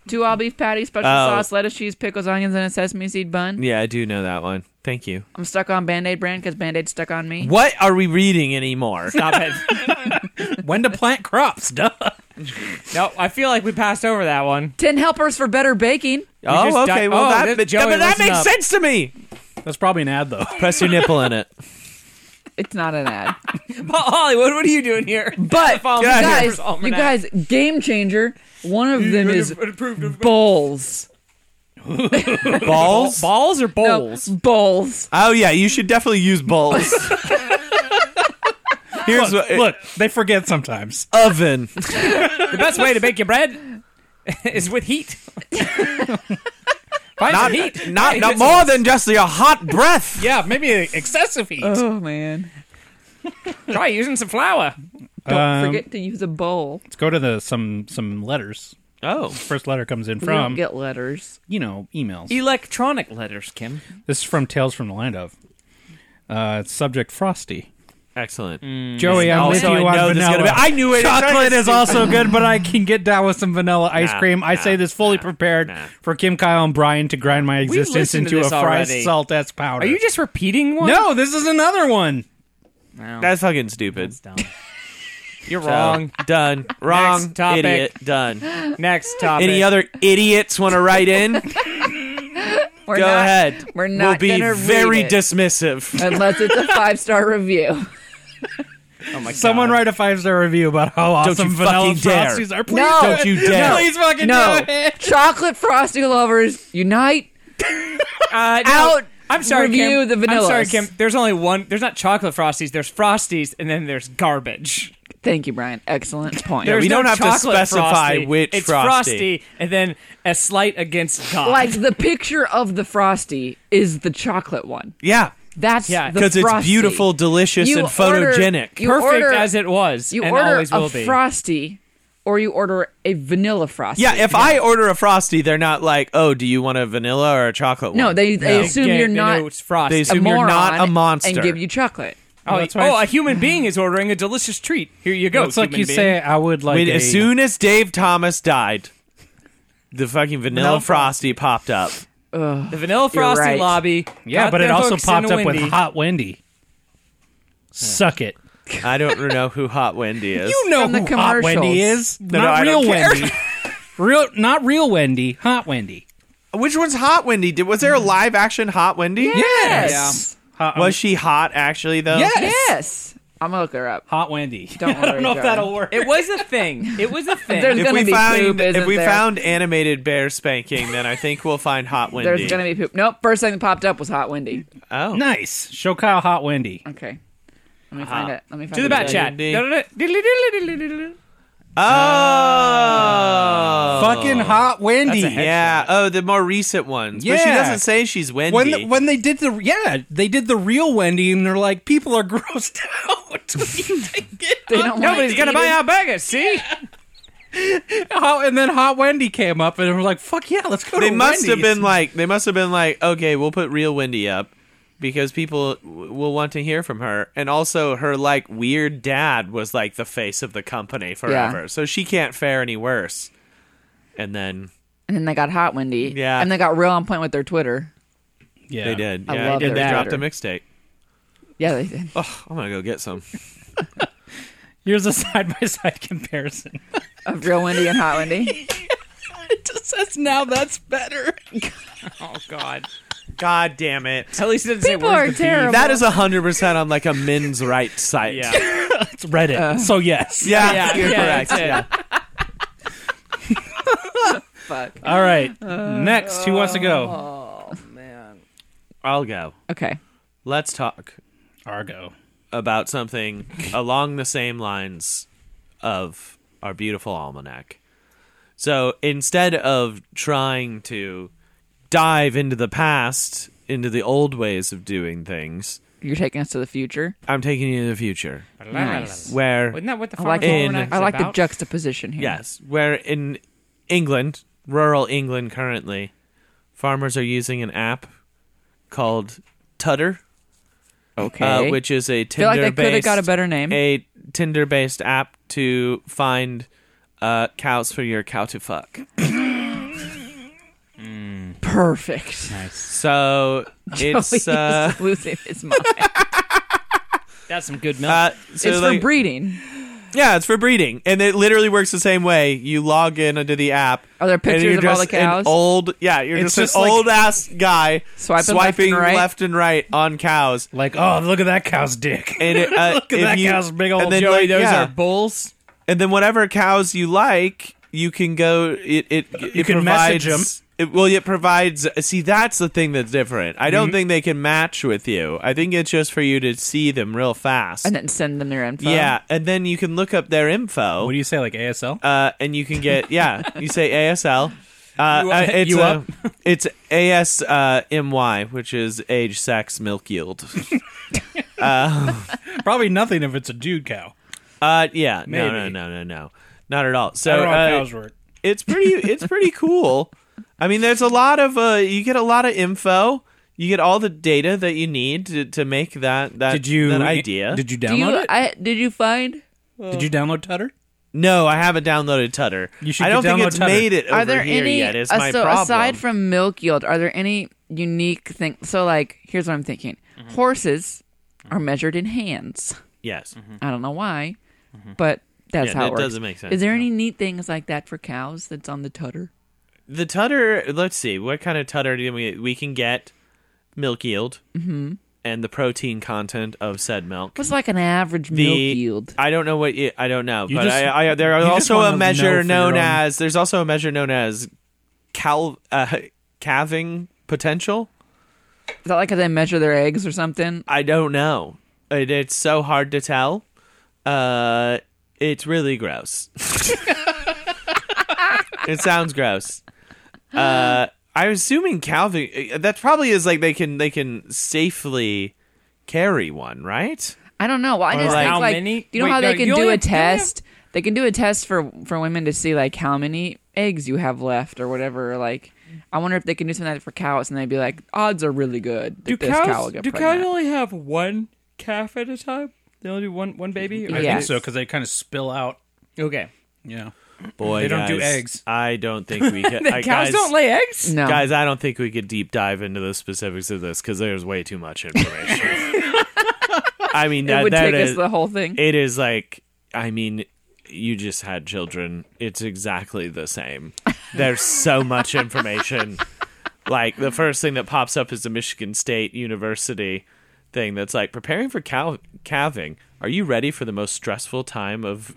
two all beef patties, special
Oh.
sauce, lettuce, cheese, pickles, onions, and a sesame seed bun.
Yeah, I do know that one. Thank you.
I'm stuck on Band Aid brand because Band Aid stuck on me.
What are we reading anymore?
Stop it.
When to plant crops, duh.
No, I feel like we passed over that one.
Ten helpers for better baking.
Oh,
just
okay.
di-
well,
oh,
that,
this-
but-
Joey,
but that
listen
makes
up.
sense to me.
That's probably an ad, though.
Press your nipple in it.
It's not an ad.
Hollywood, what are you doing here?
But
Follow
you
me here
guys,
for Almanac.
you guys, game changer. One of them is bowls.
balls.
balls or
No,
bowls?
bowls.
Oh yeah, you should definitely use balls. Here's
Look,
what
look, they forget sometimes.
oven.
The best way to bake your bread is with heat. Find
Not
some heat.
not,
Hey,
not
listen,
more than just your hot breath.
Yeah, maybe excessive heat.
Oh man!
Try using some flour.
Don't
Um,
forget to use a bowl.
Let's go to the some some letters.
Oh.
First letter comes in
We don't
from
get letters.
you know emails.
Electronic letters, Kim.
This is from Tales from the Land of. Uh, it's subject Frosty.
Excellent.
Joey, I'm with Mm. you
Also, I
on
know this is
vanilla.
gonna be. I knew it.
Chocolate is also good, but I can get down with some vanilla ice
Nah,
cream. I say
nah,
this fully prepared
nah.
for Kim, Kyle, and Brian to grind my existence
listened to
into a
this
fried
already.
salt as powder.
Are you just repeating one?
no, this is another one.
No.
That's fucking stupid.
dumb. You're
So,
wrong.
Done. Wrong.
Next topic.
Idiot. Done.
Next topic.
Any other idiots want to write in? Go
We're not,
ahead.
We're not
we'll be
gonna read
very
it. Uh,
dismissive.
unless it's a five star review.
Oh my
Someone
God.
write a five star review about how awesome
you
vanilla
fucking dare.
frosties are. Please
No.
do
Don't
it.
you dare.
Please fucking
No,
do it.
chocolate frosting lovers unite!
uh, no.
Out.
I'm sorry,
Review
Kim.
the vanillas.
I'm sorry, Kim. There's only one. There's not chocolate frosties. There's frosties, and then there's garbage.
Thank you, Brian. Excellent point.
There's
we
no
don't have to
chocolate
specify
frosty.
which
it's
Frosty.
and then a slight against God.
like the picture of the frosty is the chocolate one.
Yeah.
That's
Yeah,
the
Because it's
Frosty.
beautiful, delicious,
You
and
order-
photogenic.
you
perfect
order-
as it was,
You
and
order
always will
a
be.
frosty, or you order a vanilla frosty.
yeah, if I order a frosty, they're not like, "Oh, do you want a vanilla or a chocolate one?"
no, they they
They
assume
get-
you're
they
not
know it's frosty.
They
a
assume you're
moron
not a monster.
and give you chocolate.
oh,
that's why
oh,
I-
a human being is ordering a delicious treat. Here you go.
It's like
human
you
being.
say, I would like
Wait,
a,
as soon as Dave Thomas died, the fucking vanilla
Vanilla
frosty popped up.
the vanilla frosty
right.
lobby.
Yeah,
got
but it
their
also
hooks in
popped up with
Wendy.
Hot Wendy. Suck it.
I don't know who Hot Wendy is.
You know
From the
who Hot Wendy
commercials.
is.
No, no,
not
I
real
don't care.
Wendy. real, not real Wendy. Hot Wendy.
Which one's Hot Wendy? Did, was there a live action Hot Wendy? Uh, um,
Yes. Hot,
Was she hot actually though?
Yes.
Yes, I'm gonna look her up.
Hot Wendy.
Don't
I
worry,
don't know if
John.
that'll work.
It was a thing. It was a thing.
There's
If
gonna
we
be
found
poop, isn't
if we
there?
found animated bear spanking, then I think we'll find Hot Wendy.
There's gonna be poop. Nope. First thing that popped up was hot Wendy.
oh.
Nice. Show Kyle Hot Wendy.
Okay, let me find it. Let me find
Do the
it.
bat chat.
Wendy.
That's
Oh.
Fucking Hot Wendy.
Yeah. Oh, the more recent ones. But she
Yeah.
doesn't say she's Wendy.
When the, when they did the yeah they did the real Wendy and they're like people are grossed out. We need to
They
get
don't want
Nobody's
to
gonna
eat
buy
it.
our burgers. See,
out. And then Hot Wendy came up and we're like fuck yeah let's go.
they
to
must have
Wendy's.
been like they must have been like okay we'll put real wendy up because people w- will want to hear from her and also her like weird dad was like the face of the company forever so she can't fare any worse and then
And then they got hot Wendy.
Yeah.
And they got real on point with their Twitter.
yeah.
they did
I
yeah
love
and they
their
dropped a
Twitter.
mixtape
Yeah, they did.
oh i'm gonna go get some
Here's a side by side comparison.
Of real Wendy and hot Wendy.
it just says now that's better.
oh god.
god damn it
At least it doesn't say
People
where's
are
the beef.
terrible.
that is 100% on like a men's rights site
Yeah.
It's Reddit. so yes.
Uh. yeah,
Yeah,
you're
yeah,
correct
that's it.
yeah.
Fuck.
All right.
Uh,
Next, who wants to go?
i'll go
Okay.
let's talk
Argo.
about something along the same lines of our beautiful almanac. So instead of trying to dive into the past, into the old ways of doing things,
You're taking us to the future.
I'm taking you to the future.
Nice.
Where,
Wasn't that what the
I like,
farmer's
it.
almanac
I
is
like the
about?
juxtaposition here.
yes, where in England, rural England currently, farmers are using an app called Tutter,
Okay.
uh, which is a
I feel
Tinder
like they could have
based
got a better name.
a Tinder based app to find uh, cows for your cow to fuck.
Perfect.
So
Oh,
it's uh,
He's losing his mind.
That's some good milk.
uh so
it's
like,
for breeding.
Yeah, it's for breeding, and it literally works the same way. You log in into the app.
Are there
and
pictures
you're
of all
just
the
an
cows?
old, yeah, you're
It's
just,
just
an
like-
old ass guy
Swiping left and
swiping
right?
left and right on cows.
Like, oh, look at that cow's dick.
And it, uh,
Look at
if
that
you-
cow's big old
and then,
Joey,
like,
Those
yeah.
are bulls.
and then whatever cows you like, you can go. It it it
can
provides.
message 'em.
It, well, it provides. See, that's the thing that's different. I don't think they can match with you. I think it's just for you to see them real fast.
and then send them their info.
yeah, and then you can look up their info,
What do you say, like ASL?
uh, and you can get yeah. You say ASL. Uh,
You-
uh, it's
you
uh,
up?
it's ASMY, which is age, sex, milk yield.
Probably nothing if it's a dude cow.
Uh, yeah, no, no,
Maybe.
no, no, no, not at all. So
I don't know how
uh,
cows work.
it's pretty it's pretty cool. I mean, there's a lot of uh, you get a lot of info. You get all the data that you need to, to make that that
Did you
uh,
e-,
that idea. uh,
Did you
Do
download
you?
it?
I, did you find?
did you download Tutter?
no, I haven't downloaded Tutter.
You should
I don't think
download
it's
Tutter.
made it over
are there
here
any?
yet. Is
uh,
my
so
problem.
aside from milk yield, are there any unique things? So like, here's what I'm thinking:
Mm-hmm.
horses are measured in hands.
yes,
Mm-hmm.
I don't know why, but that's
Mm-hmm.
how
Yeah, that
it works.
doesn't make sense,
Is there any neat things like that for cows that's on the tutter?
the Tutter. Let's see, what kind of Tutter do we we can get? Milk yield mm-hmm. and the protein content of said milk.
What's like an average
Mm. the
milk yield?
I don't know what you, I don't know, but
just-
I, I, there are
you just
also
wanna
a measure
know for your
known
own-
as there's also a measure known as cal uh, calving potential.
Is that like how they measure their eggs or something?
I don't know. It, it's so hard to tell. Uh, it's really gross. it sounds gross. Uh, I'm assuming calving. That probably is like they can they can safely carry one, right?
I don't know. Well, I just
like-
think
How
like
many?
you know
Wait,
how they
no,
can
you
do
only
a
have- you only have-
test. They can do a test for for women to see like how many eggs you have left or whatever. or, Like, I wonder if they can do something like that for cows and they'd be like, odds are really good that
Do
this
cows?
cow will get
do
pregnant.
cows only have one calf at a time? They only do one one baby.
I
Yeah.
think so because they kind of spill out.
Okay.
Yeah.
Boy,
They don't do
guys,
eggs.
I don't think we can. I,
cows
guys,
don't lay eggs.
no,
Guys, I don't think we could deep dive into the specifics of this because there's way too much information. I mean,
it
that,
would
that
take us
is-
the whole thing.
it is like, I mean, you just had children. It's exactly the same. There's so much information. Like, the first thing that pops up is the Michigan State University thing that's like, preparing for cal- calving. Are you ready for the most stressful time of.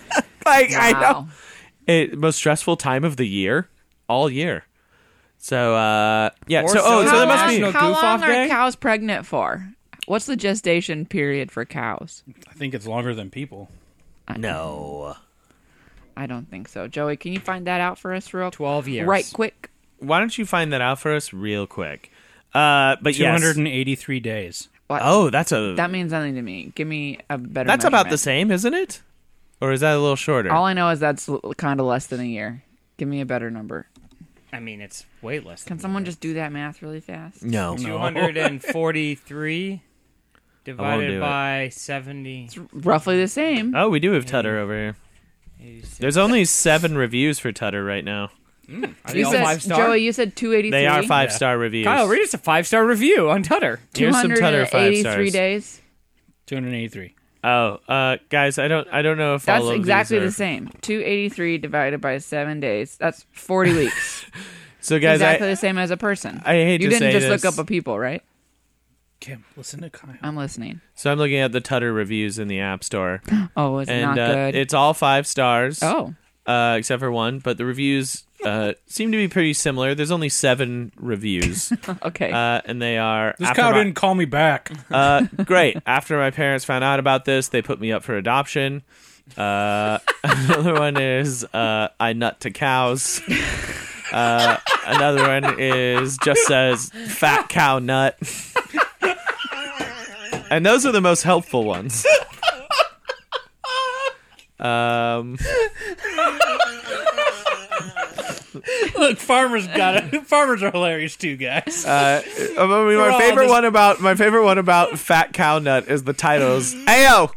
like, I know
Wow.
it, most stressful time of the year, all year. So uh, yeah.
Or
so oh,
so.
so
How
there
long,
must be.
No
how
goof
long
off
are
day?
cows pregnant for? What's the gestation period for cows?
I think it's longer than people.
No.
I don't think so. Joey, can you find that out for us real
12 years.
Right quick.
Why don't you find that out for us real quick? Uh, but
Two
yes.
hundred and eighty-three days.
Oh, that's a.
That means nothing to me. Give me a better
that's about the
measurement.
same, isn't it? Or is that a little shorter?
All I know is that's kind of less than a year. Give me a better number.
I mean, it's way less.
Can someone just do that math really fast?
no.
two hundred and forty-three
do
divided
it.
by seventy?
Roughly the same.
Oh, we do have Tutter over here. There's only seven reviews for Tutter right now.
Are they
You
all
said,
five star?
Joey, you said 283.
They are five star reviews.
Kyle, read us a five-star review on Tutter.
Here's some Tutter five
283
stars.
days.
Two hundred eighty-three.
Oh, uh, guys, I don't, I don't know if
That's
all of
exactly
these are...
the same. 283 divided by seven days. That's 40 weeks.
So, guys,
exactly
I,
the same as a person.
I hate
you didn't
to say
just
this.
look up a people, right?
Kim, listen to Kyle.
I'm listening.
so I'm looking at the Tutter reviews in the App Store.
Oh, it's
and
not
uh,
good.
it's all five stars.
oh,
uh, except for one. But the reviews uh, seem to be pretty similar. There's only seven reviews,
okay.
uh, and they are
This
after
cow
my-
didn't call me back.
uh, great. After my parents found out about this, they put me up for adoption. Uh, another one is uh, I nut to cows. Uh, another one is just says fat cow nut. and those are the most helpful ones. Um,
Look, farmers got it. Farmers are hilarious too, guys.
Uh, I mean,
all
my
on
favorite
this-
one about my favorite one about fat cow nut is the titles. Ayo,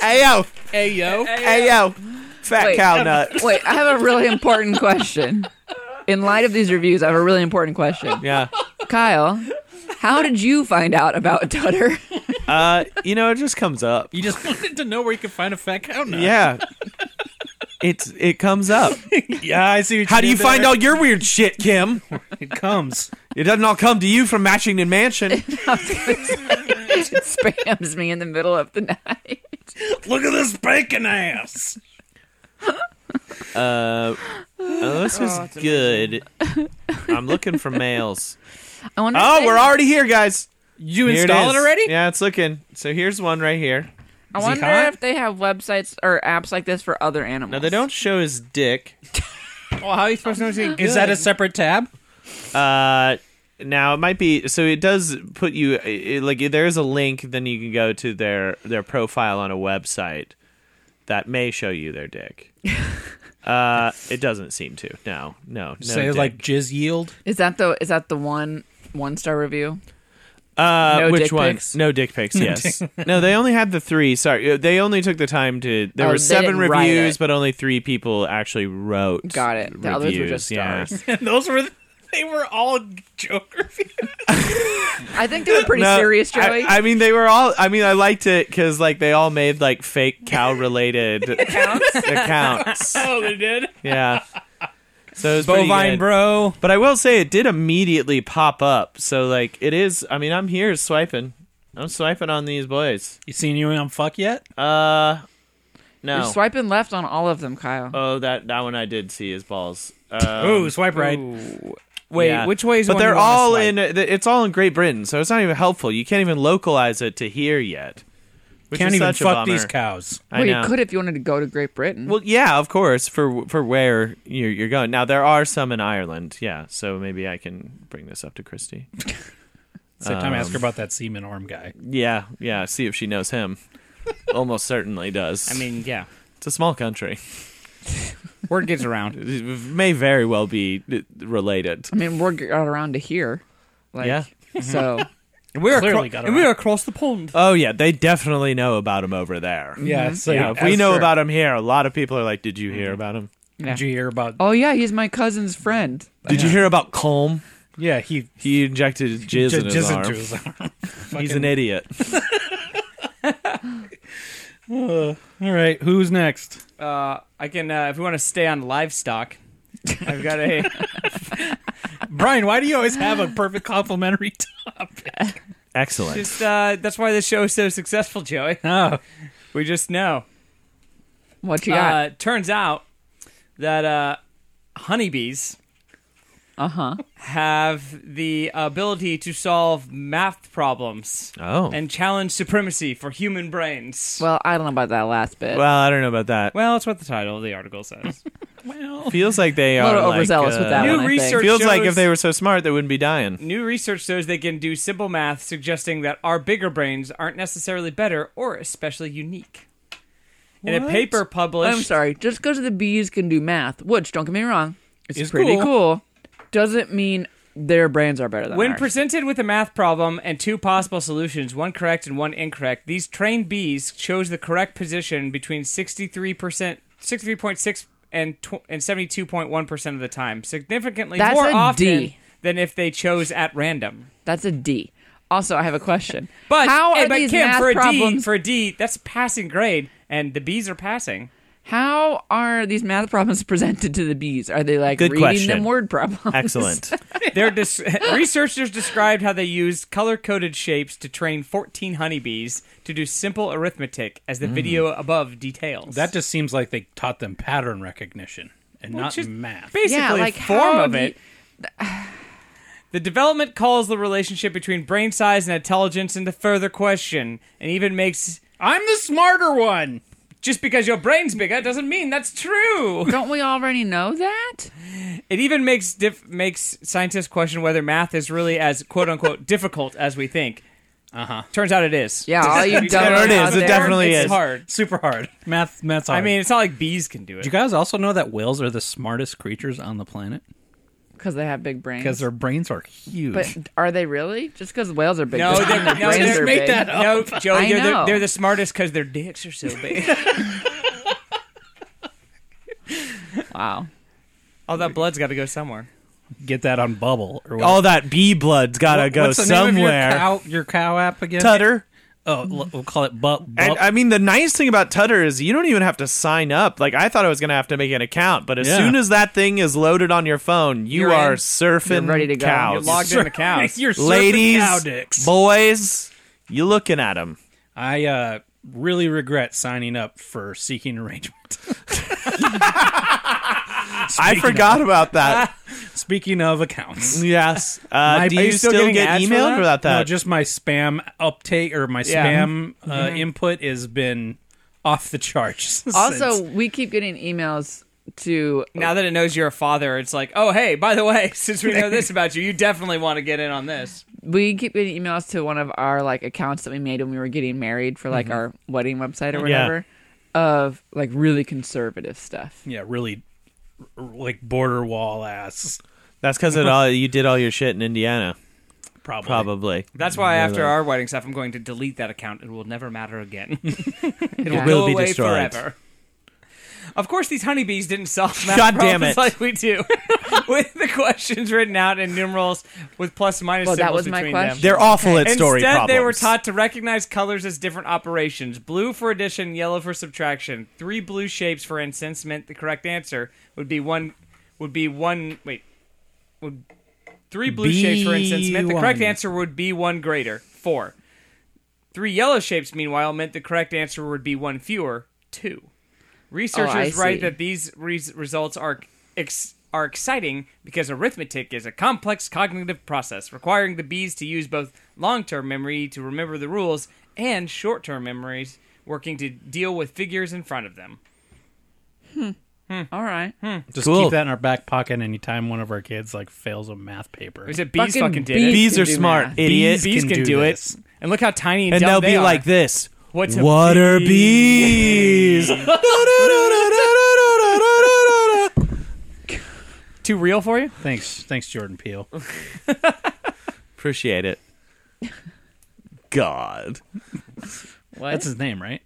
ayo,
hey yo,
ayo, fat
Wait.
cow nut.
Wait, I have a really important question. In light of these reviews, I have a really important question.
Yeah,
Kyle, how did you find out about Tutter?
Uh, you know, it just comes up.
You just wanted to know where you could find a fat cow nut.
Yeah. It's it comes up.
yeah, I see. What
How do you
did
find
there.
all your weird shit, Kim?
It comes.
It doesn't all come to you from Matchington Mansion.
It spams me in the middle of the night.
Look at this bacon ass.
Uh, oh, this was good. I'm looking for males.
I want to.
Oh, we're already here, guys.
You
Here
install it,
is.
already?
Yeah, it's looking. So here's one right here.
I
he
wonder
hot?
if they have websites or apps like this for other animals.
No, they don't show his dick.
Well, how are you supposed to know? it's good?
Is that a separate tab?
Uh, now it might be so it does put you it, like there is a link. Then you can go to their their profile on a website that may show you their dick. uh, it doesn't seem to. No, no. no
Say
dick.
like jizz yield.
Is that the is that the one one star review?
Uh,
No
which
dick
one?
pics?
No dick pics. Yes. no, they only had the three. Sorry, uh, they only took the time to. There
Oh,
were
they
seven
didn't write
reviews,
it.
but only three people actually wrote.
Got it. The others were just
reviews, yeah.
stars.
Those were they were all joke reviews.
I think they were pretty
No,
serious, Joey.
I, I mean, they were all. I mean, I liked it because like they all made like fake cow related accounts.
Oh, they did.
Yeah. So it was pretty
Bovine
good.
bro.
But I will say it did immediately pop up. So like it is. I mean, I'm here swiping. I'm swiping on these boys.
You seen you on fuck yet?
Uh, no.
You're swiping left on all of them, Kyle.
Oh, that that one I did see his balls. Um,
Ooh, swipe right.
Wait,
yeah.
which way is? the
But
one
they're
you wanna
all
swipe?
in. It's all in Great Britain, so it's not even helpful. You can't even localize it to here yet. Which
Can't
is
even
such a
fuck
bummer.
these cows.
I
well, you
know.
could if you wanted to go to Great Britain.
Well, yeah, of course. For for where you're, you're going now, there are some in Ireland. Yeah, so maybe I can bring this up to Christy.
So time ask her about that semen arm guy.
Yeah, yeah. See if she knows him. Almost certainly does.
I mean, yeah,
it's a small country.
word gets around.
It may very well be uh, related.
I mean, we're got around to here. Like,
Yeah.
So
We're
Clearly got around.
across the pond.
Oh yeah, they definitely know about him over there.
Yeah, so
Yeah, if we know about him here, a lot of people are like, "Did you hear about him?
Yeah.
Did you hear about?
Oh yeah, he's my cousin's friend.
Did you hear about Colm?
Yeah, he
He injected jizz in his
jizz
arm.
into his arm.
He's an idiot."
All right, who's next?
Uh, I can uh, if we want to stay on livestock. I've got a.
Brian, why do you always have a perfect complimentary topic?
Excellent.
Just uh, that's why this show is so successful, Joey.
Oh,
We just know.
What you got?
Uh, turns out that uh, honeybees
Uh
Uh-huh.
huh.
have the ability to solve math problems
Oh.
and challenge supremacy for human brains. Well,
Well, I don't know about that last bit.
well, I don't know about that.
that's what the title of the article says.
feels like they
a
are
little
like,
overzealous with
uh,
that
new
one. I think.
research
Feels like
shows-
if they were so smart, they wouldn't be dying.
New research shows they can do simple math, suggesting that our bigger brains aren't necessarily better or especially unique. In a
What?
paper published,
I'm sorry. Just because the bees can do math, which don't get me wrong, it's,
It's
pretty
cool.
cool. doesn't mean their brains are better than
When
ours.
presented with a math problem and two possible solutions, one correct and one incorrect, these trained bees chose the correct position between 63%, 63.6 and tw- and 72.1% of the time, significantly
That's
more
a
often
D.
than if they chose at random.
That's a D. Also, I have a question.
But
how
hey,
are
but
these
Kim,
math
for a D,
problems?
for a D, that's passing grade and the bees are passing.
How are these math problems presented to the bees? Are they like
Good
reading
question.
them word problems?
Excellent.
Their dis- researchers described how they used color-coded shapes to train 14 honeybees to do simple arithmetic as the video above details.
Mm. that just seems like they taught them pattern recognition and not
Which is
math.
Basically,
yeah, like
form
how
of
do you-
it. The development calls the relationship between brain size and intelligence into further question, and even makes
I'm the smarter one.
just because your brain's bigger doesn't mean that's true.
Don't we already know that?
It even makes diff- makes scientists question whether math is really as quote unquote difficult as we think. Uh huh. Turns out it is.
Yeah, all you
Turns
dummies
out
It is,
out
it
there.
definitely
it's
is.
hard.
Super hard. Math. Math's hard.
I mean, it's not like bees can do it.
do you guys also know that whales are the smartest creatures on the planet
because they have big brains.
because their brains are huge?
but are they really? Just because whales are big?
No,
doesn't
they're-
mean their
no,
brains
they're-
are
make
big.
that up.
no,
I
Joey, they're, the-
know.
they're the smartest because their dicks are so big.
Wow.
All that blood's got to go somewhere.
Get that on Bubble or what-
All that bee blood's gotta
What-
go
Oh, what's the name of
somewhere.
your, cow, your cow app again?
Tutter.
Oh, l- we'll call it bu- bu-
And I mean, the nice thing about Tutter is you don't even have to sign up. Like I thought I was gonna have to make an account, but as
Yeah.
soon as that thing is loaded on your phone, you
You're
are
in.
surfing
You're ready to go.
cows.
You're logged in the cows.
You're surfing
Ladies,
cow dicks.
boys, you looking at them?
I uh, really regret signing up for seeking arrangement.
I forgot about that.
Speaking of accounts,
yes. Uh, do
are
you,
you still
still,
getting
get
ads for
emailed
that?
about that?
no, just my spam uptake or my
Yeah. Mm-hmm.
spam uh, input has been off the charts.
Also,
since.
we keep getting emails to
Now that it knows you're a father, it's like, oh hey, by the way, since we know this about you, you definitely want to get in on this.
we keep getting emails to one of our like accounts that we made when we were getting married for like our wedding website or
Yeah.
whatever of like really conservative stuff.
yeah, really r- like border wall ass.
That's because it all you did all your shit in Indiana,
Probably.
probably.
That's why after our wedding stuff, I'm going to delete that account. It will never matter again. it
Yeah.
Will
will go
be
away
destroyed.
forever. Of course, these honeybees didn't solve math
God damn
problems
it.
like we do, with the questions written out in numerals with plus and minus
Well, that
symbols
was my
between them.
question.
They're awful at
Instead,
story problems.
they were taught to recognize colors as different operations: blue for addition, yellow for subtraction. Three blue shapes, for instance, meant the correct answer would be one. Would be one. Wait, would three blue shapes, for instance, meant the correct
B1.
answer would be one greater. Four. Three yellow shapes, meanwhile, meant the correct answer would be one fewer. Two. Researchers
Oh, see.
write that these res- results are ex- are exciting because arithmetic is a complex cognitive process requiring the bees to use both long-term memory to remember the rules and short-term memories working to deal with figures in front of them.
All right.
Just
Cool.
keep that in our back pocket anytime one of our kids like fails a math paper.
Is it bees
Fucking
fucking, did it?
Bees
can
are
do
smart,
math.
idiots.
Bees can, do,
this.
it. And look how tiny and,
and
dumb
they'll
they
be
are.
like this.
What's a
what are
bee?"
bees? Pretty
too real for you?
Thanks, thanks, Jordan Peele.
Appreciate it. God.
What?
That's his name, right?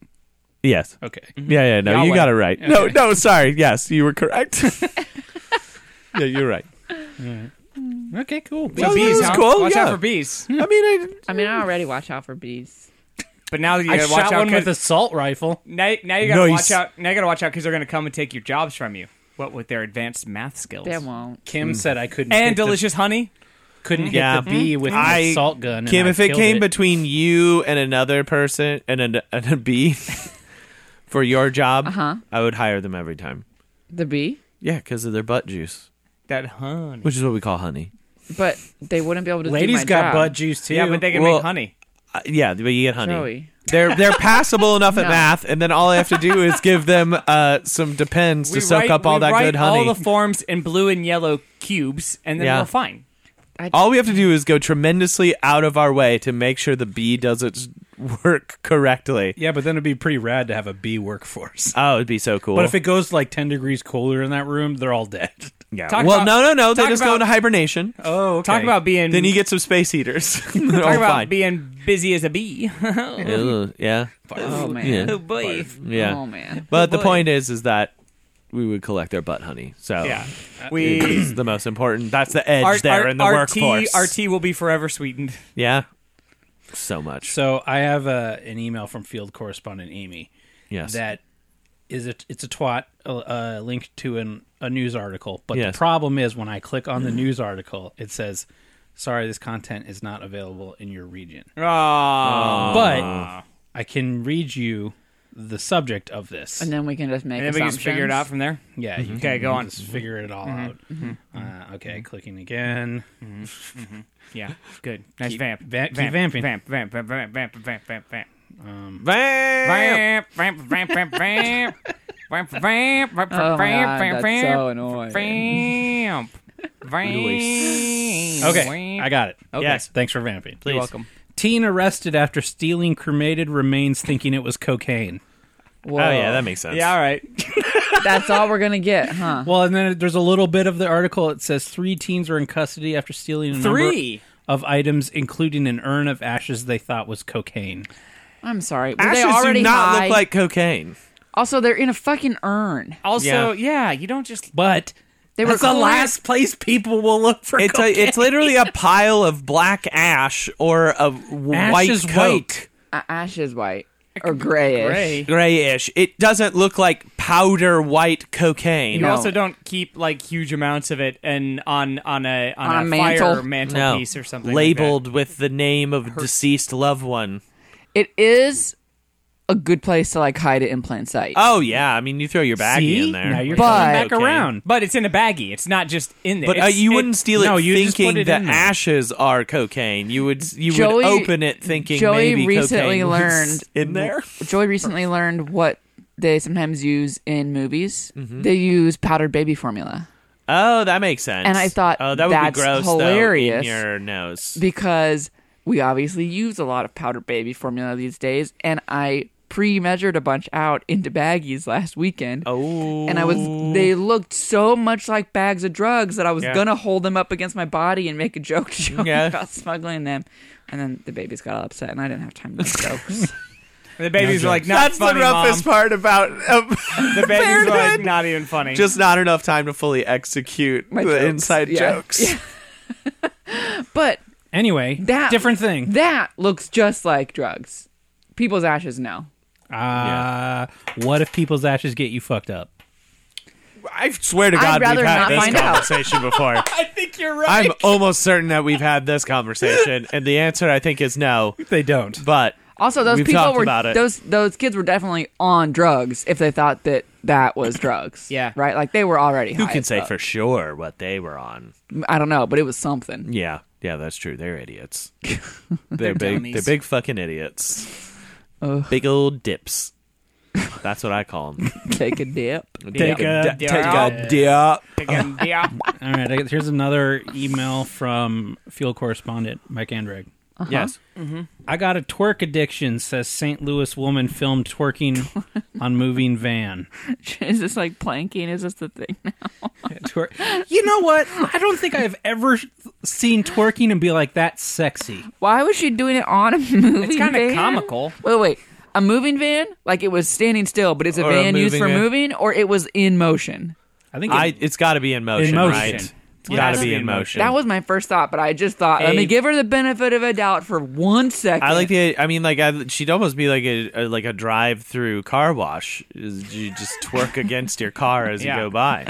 Yes.
Okay.
Yeah, yeah, no,
Yahweh.
you got it right. No,
Okay.
no, sorry. Yes, you were correct. yeah, you're right.
Okay, cool.
Mm-hmm. So
Well, that
bees,
was
huh?
cool,
Watch
yeah.
out for bees.
I mean, I,
I mean, I already watch out for bees.
But now you
I
gotta watch
shot
out
one
'cause-
with a salt rifle.
Now, now you gotta
Nice.
watch out. Now you gotta watch out because they're gonna come and take your jobs from you. What with their advanced math skills
They won't.
Kim said I couldn't
Mm. and
hit the-
delicious Mm-hmm. honey.
couldn't
Yeah.
hit the bee with my
I-
salt gun.
Kim,
and I
if it
killed
came between you and another person and a, and a bee for your job, uh-huh. I would hire them every time.
The bee,
Yeah, because of their butt juice,
That honey.
which is what we call honey.
but they wouldn't be able to.
ladies
do my
got
job.
butt juice too.
yeah, but they can
Well-
make honey.
Uh, yeah, but you get honey.
Joey.
They're they're passable enough at
No.
math, and then all I have to do is give them uh, some depends to soak
write,
up all
we
that
write
good honey.
All the forms in blue and yellow cubes, and then
Yeah.
we're fine.
all we have to do is go tremendously out of our way to make sure the bee does its work correctly.
yeah, but then it'd be pretty rad to have a bee workforce.
Oh, it'd be so cool.
But if it goes like ten degrees colder in that room, they're all dead.
yeah.
Talk
well, no,
about-
no, no. They
talk
just
about-
go into hibernation.
Oh,
Talk about being.
Then you get some space heaters.
talk about being busy as a bee.
yeah.
Oh man.
oh boy.
Yeah.
Oh man.
But the
boy.
point is, is that we would collect their butt honey. So
Yeah.
it's
Uh, We.
the most important. That's the edge
Our,
there
our,
in the
our tea,
workforce.
our tea will be forever sweetened.
yeah. So much.
So I have uh, an email from field correspondent Amy
Yes.
that is a, it's a twat uh, uh, linked to an, a news article. But
Yes.
the problem is when I click on the news article, it says, "Sorry, this content is not available in your region."
Ah.
Um,
Aww.
But I can read you the subject of this.
And then we can just make
And then we can just figure it out from there.
Mm-hmm,
Yeah. You
Okay,
can
go on.
Just figure it all out. Uh, okay, clicking again.
Yeah, good. Nice vamp.
va- keep
vamp.
vamping.
Vamp, vamp, vamp, vamp, vamp, vamp, vamp, vamp.
Bam!
Vamp, vamp, vamp, vamp, vamp. Vamp, vamp, vamp,
Oh my
vamp,
God,
vamp,
that's so
vamp.
annoying.
Vamp. Vamp.
Okay, I got it.
Yes.
Thanks for vamping.
Please.
You're welcome.
Teen arrested after stealing cremated remains thinking it was cocaine.
Whoa.
Oh yeah, that makes sense.
Yeah, all right.
That's all we're gonna get, huh?
Well, and then there's a little bit of the article. It says three teens were in custody after stealing a number
Three.
of items, including an urn of ashes they thought was cocaine.
I'm sorry. Were
Ashes
they already
do not
high?
look like cocaine.
Also, they're in a fucking urn.
Yeah.
Also, yeah, you don't just.
But
They were
that's the
clear-
last place people will look for
It's a,
cocaine.
it's literally a pile of black ash or a w-
Ash
white
is
coke.
white.
a- ash is white or grayish.
Gray.
grayish. It doesn't look like powder white cocaine.
You
No.
also don't keep like huge amounts of it and on on a on,
On
a,
a mantle?
fire
No.
mantelpiece or something like
labeled with the name of deceased loved one.
It is a good place to like hide it in plain sight.
Oh yeah, I mean you throw your baggie
See?
in there.
Now you're
But-
coming back
Okay.
around.
that. But it's in a baggie. It's not just in there.
but uh,
It's-
you wouldn't steal it
no, you just
thinking
put it
the
in there.
ashes are cocaine. You would you
Joey-
would open it thinking
Joey
maybe
recently
cocaine was
learned-
in there.
Joy recently learned what they sometimes use in movies.
Mm-hmm.
They use powdered baby formula
Oh, that makes sense.
And I thought,
oh, that would
that's
be gross, though,
hilarious.
in your nose.
because we obviously use a lot of powdered baby formula these days, and I pre-measured a bunch out into baggies last weekend.
Oh,
And I was, they looked so much like bags of drugs that I was
Yeah.
gonna hold them up against my body and make a joke to Joey
Yeah.
about smuggling them. And then the babies got all upset, and I didn't have time to make jokes.
the babies are like not
that's the
funny,
roughest
Mom.
part about um,
The babies are like
parenthood.
not even funny.
just not enough time to fully execute
My
the
jokes,
inside
yeah.
jokes.
but
Anyway,
That-
different thing.
that looks just like drugs. People's ashes, no.
Uh, What if people's ashes get you fucked up?
I swear to God, we've
rather
had
not
this
find out.
conversation before.
I think you're right.
I'm almost certain that we've had this conversation, and the answer I think is no.
They don't.
But
Also, those
We've
people
talked
were
about it.
those those kids were definitely on drugs if they thought that that was drugs.
Yeah.
right. Like they were already.
who
high
can
as
say
fuck.
for sure what they were on?
I don't know, but it was something.
Yeah, yeah, that's true. They're idiots. They're big.
dummies.
They're big fucking idiots. Big old dips. That's what I call them.
Take a dip.
Take a
a
di-
dip.
take a dip.
Again, yeah.
All right, I- here's another email from field correspondent Mike Andrag.
Uh-huh.
Yes.
Mm-hmm.
I got a twerk addiction, says St. Louis woman filmed twerking on moving van.
Is this like planking? Is this the thing?
Twer- you know what? I don't think I've ever seen twerking and be like, that's sexy.
Why was she doing it on a moving?
It's kind
van?
of comical.
Wait, wait. A moving van? Like it was standing still, but it's a
Or a
van used
moving
for
van.
moving, or it was in motion.
I think
I.
it-
It's got to be in motion,
In motion.
right? It's
Yeah,
got
it's
to be in
in
motion.
motion.
That was my first thought, but I just thought, let me
Hey.
give her the benefit of a doubt for one second.
I like the. I mean, like, I, she'd almost be like a, a like a drive-through car wash. Is You just twerk against your car as
Yeah.
you go by.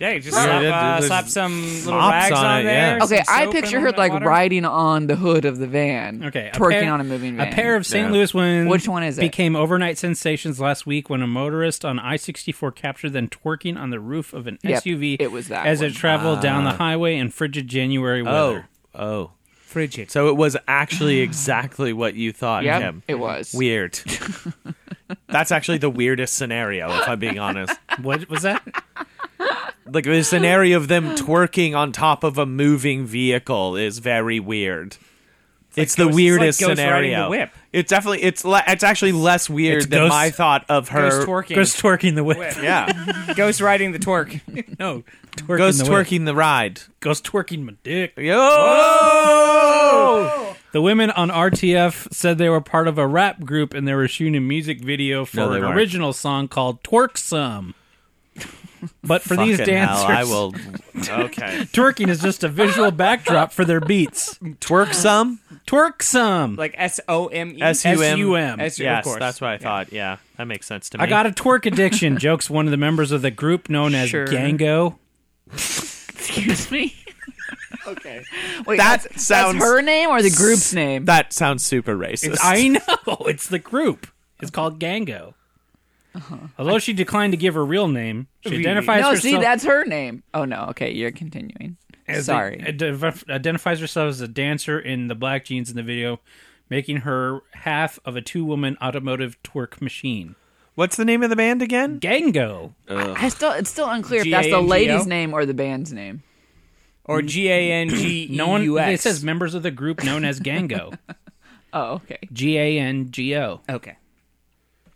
Yeah, you just
Yeah,
slap,
that-
uh,
there's
slap some little
mops
rags
on
on,
it,
there.
yeah.
some
Okay, I
soap
picture
and
her
that
like
water.
riding on the hood of the van.
Okay, a
twerking
pair-
on a moving
A
van.
pair of St.
Yeah.
Louis women.
Which one is it?
Became overnight sensations last week when a motorist on I-64 captured them twerking on the roof of an
Yep,
SUV.
it was that
as
one.
it traveled down the highway in frigid January
Oh,
weather.
oh.
frigid.
So it was actually exactly what you thought,
Yep,
Kim.
it was.
Weird. That's actually the weirdest scenario, if I'm being honest.
What was that?
Like the scenario of them twerking on top of a moving vehicle is very weird. It's, the
Ghost- it's like
weirdest
Ghost Riding
scenario.
the Whip.
It's definitely it's le- it's actually less weird
It's
than
Ghost-
my thought of her.
Ghost twerking.
Ghost twerking the whip.
Yeah,
Ghost riding the twerk.
No, twerking
ghost
the whip.
twerking the ride.
Ghost twerking my dick.
Yo.
The women on RTF said they were part of a rap group and they were shooting a music video for
No, they
an
weren't.
original song called Twerk Some. But for these
Fucking hell,
dancers,
I will. Okay,
twerking is just a visual backdrop for their beats.
twerk some.
Twerk Some.
Like S O M E.
S U M.
S-U-M.
S- of
Yes,
course.
that's what I thought. Yeah. that makes sense to me.
I got a twerk addiction, jokes one of the members of the group known as
Sure.
Gango.
Excuse me. okay. Wait,
That
that's,
sounds-
that's her name or the group's name?
That sounds super racist.
I know. It's the group. It's called Gango. Although she declined to give her real name, she identifies
Uh-huh. no,
herself
see, that's her name. Oh no. Okay, you're continuing.
as a-
Sorry.
ident- identifies herself as a dancer in the black jeans in the video, making her half of a two-woman automotive twerk machine.
What's the name of the band again?
Gango.
I still, it's still unclear if that's the
G-A-N-G-O?
lady's name or the band's name.
Or G A N G E
No one.
U
It
S.
says members of the group known as Gango.
Oh, okay.
G A N G O.
Okay.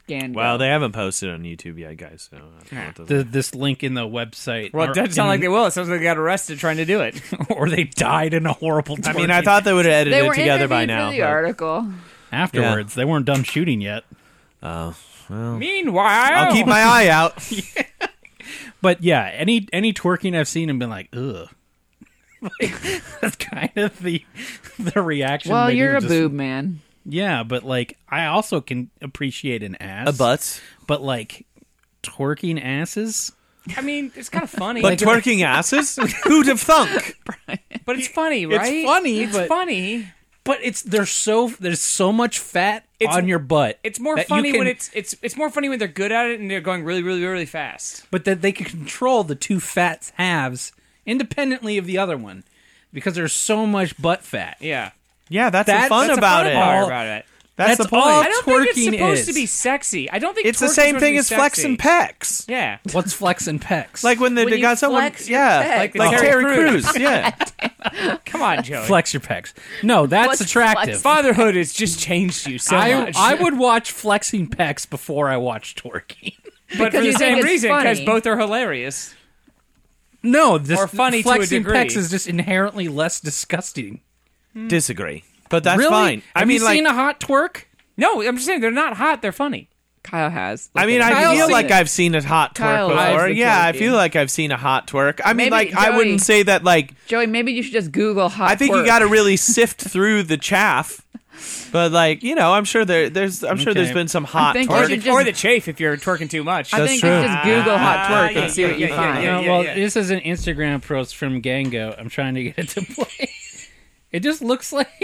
Gango.
Well, they haven't posted on YouTube yet, guys. So I don't know what to-
Ah, The, this link in the website.
Well,
or
it doesn't sound like
in-
they will. It sounds like they got arrested trying to do it.
or they died in a horrible.
I mean, I thought they would have edited
They were
it together by
interviewed for
now.
the article.
afterwards they weren't done shooting yet. Oh.
Meanwhile,
I'll keep my eye out.
But yeah, any any twerking I've seen and been like, ugh. Like, that's kind of the the reaction.
Well,
that
you're a
just-
boob man.
Yeah, but like I also can appreciate an ass,
A butt.
but like twerking asses.
I mean, it's kind of funny,
But twerking asses? Who'd have thunk?
but it's funny, right?
funny,
It's
but-
funny.
But it's there's so there's so much fat
It's-
on your butt.
It's more
that you
funny
can-
when it's it's it's more funny when they're good at it and they're going really, really, really fast.
but that they can control the two fat halves independently of the other one because there's so much butt fat.
Yeah,
Yeah, that's,
That's-
the fun
that's the
about
fun
it.
Sorry
All-
about it. Oh,
That's,
that's
the point.
all
I don't think it's
twerking
supposed
is.
to be sexy. I don't think
It's the
twerking's
same
supposed to
thing
be
as
sexy.
flexing pecs.
Yeah,
What's flex and pecs?
Like when they
When
they
you
got someone,
flex your
yeah, like,
pecs.
like
Oh.
Terry
Terry
Crews, yeah.
come on, Joey.
flex your pecs. No, that's
What's
attractive.
flex-
Fatherhood has just changed you so
I
much.
I would watch flexing pecs before I watch twerking.
but for
you think
the same
it's
reason, because
funny.
both are hilarious.
No, this
Or funny to a
flexing
degree.
pecs is just inherently less disgusting.
Hmm. Disagree, but that's
really?
fine. I
Have
mean,
you
like,
seen a hot twerk?
No, I'm just saying they're not hot. They're funny.
Kyle has.
I mean,
Kyle's
I feel
seen
like
it.
I've seen a hot
Kyle
twerk
loves
before.
the
Yeah, I
twerking.
feel like I've seen a hot twerk. I mean,
Maybe,
like, I
Joey-
wouldn't say that. Like,
Joey, maybe you should just Google hot.
I think you
twerk.
got to really sift through the chaff. But like, you know, I'm sure there, there's, I'm sure there's
Okay.
been some hot
think
Or
you
twerk.
the,
should just-
or the chafe if you're twerking too much.
I
That's
think
true.
you just Google hot
Ah,
twerk
yeah,
and see
yeah,
what you
yeah, yeah,
find.
yeah.
No, Uh, well, this is an Instagram post from Gango. I'm trying to get it to play. It just looks like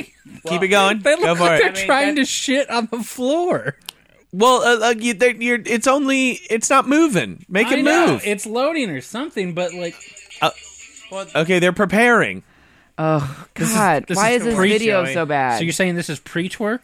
Keep it going.
they look
Go for
like they're
it.
mean,
trying
that-
to shit on the floor.
Well, uh, uh, you, there- you're, it's only, it's not moving. Make
I
it
know,
move.
It's loading or something, but like
Okay, they're preparing.
Oh God, why is this
pre-
video
Joey.
so bad?
So you're saying this is pre-twerk?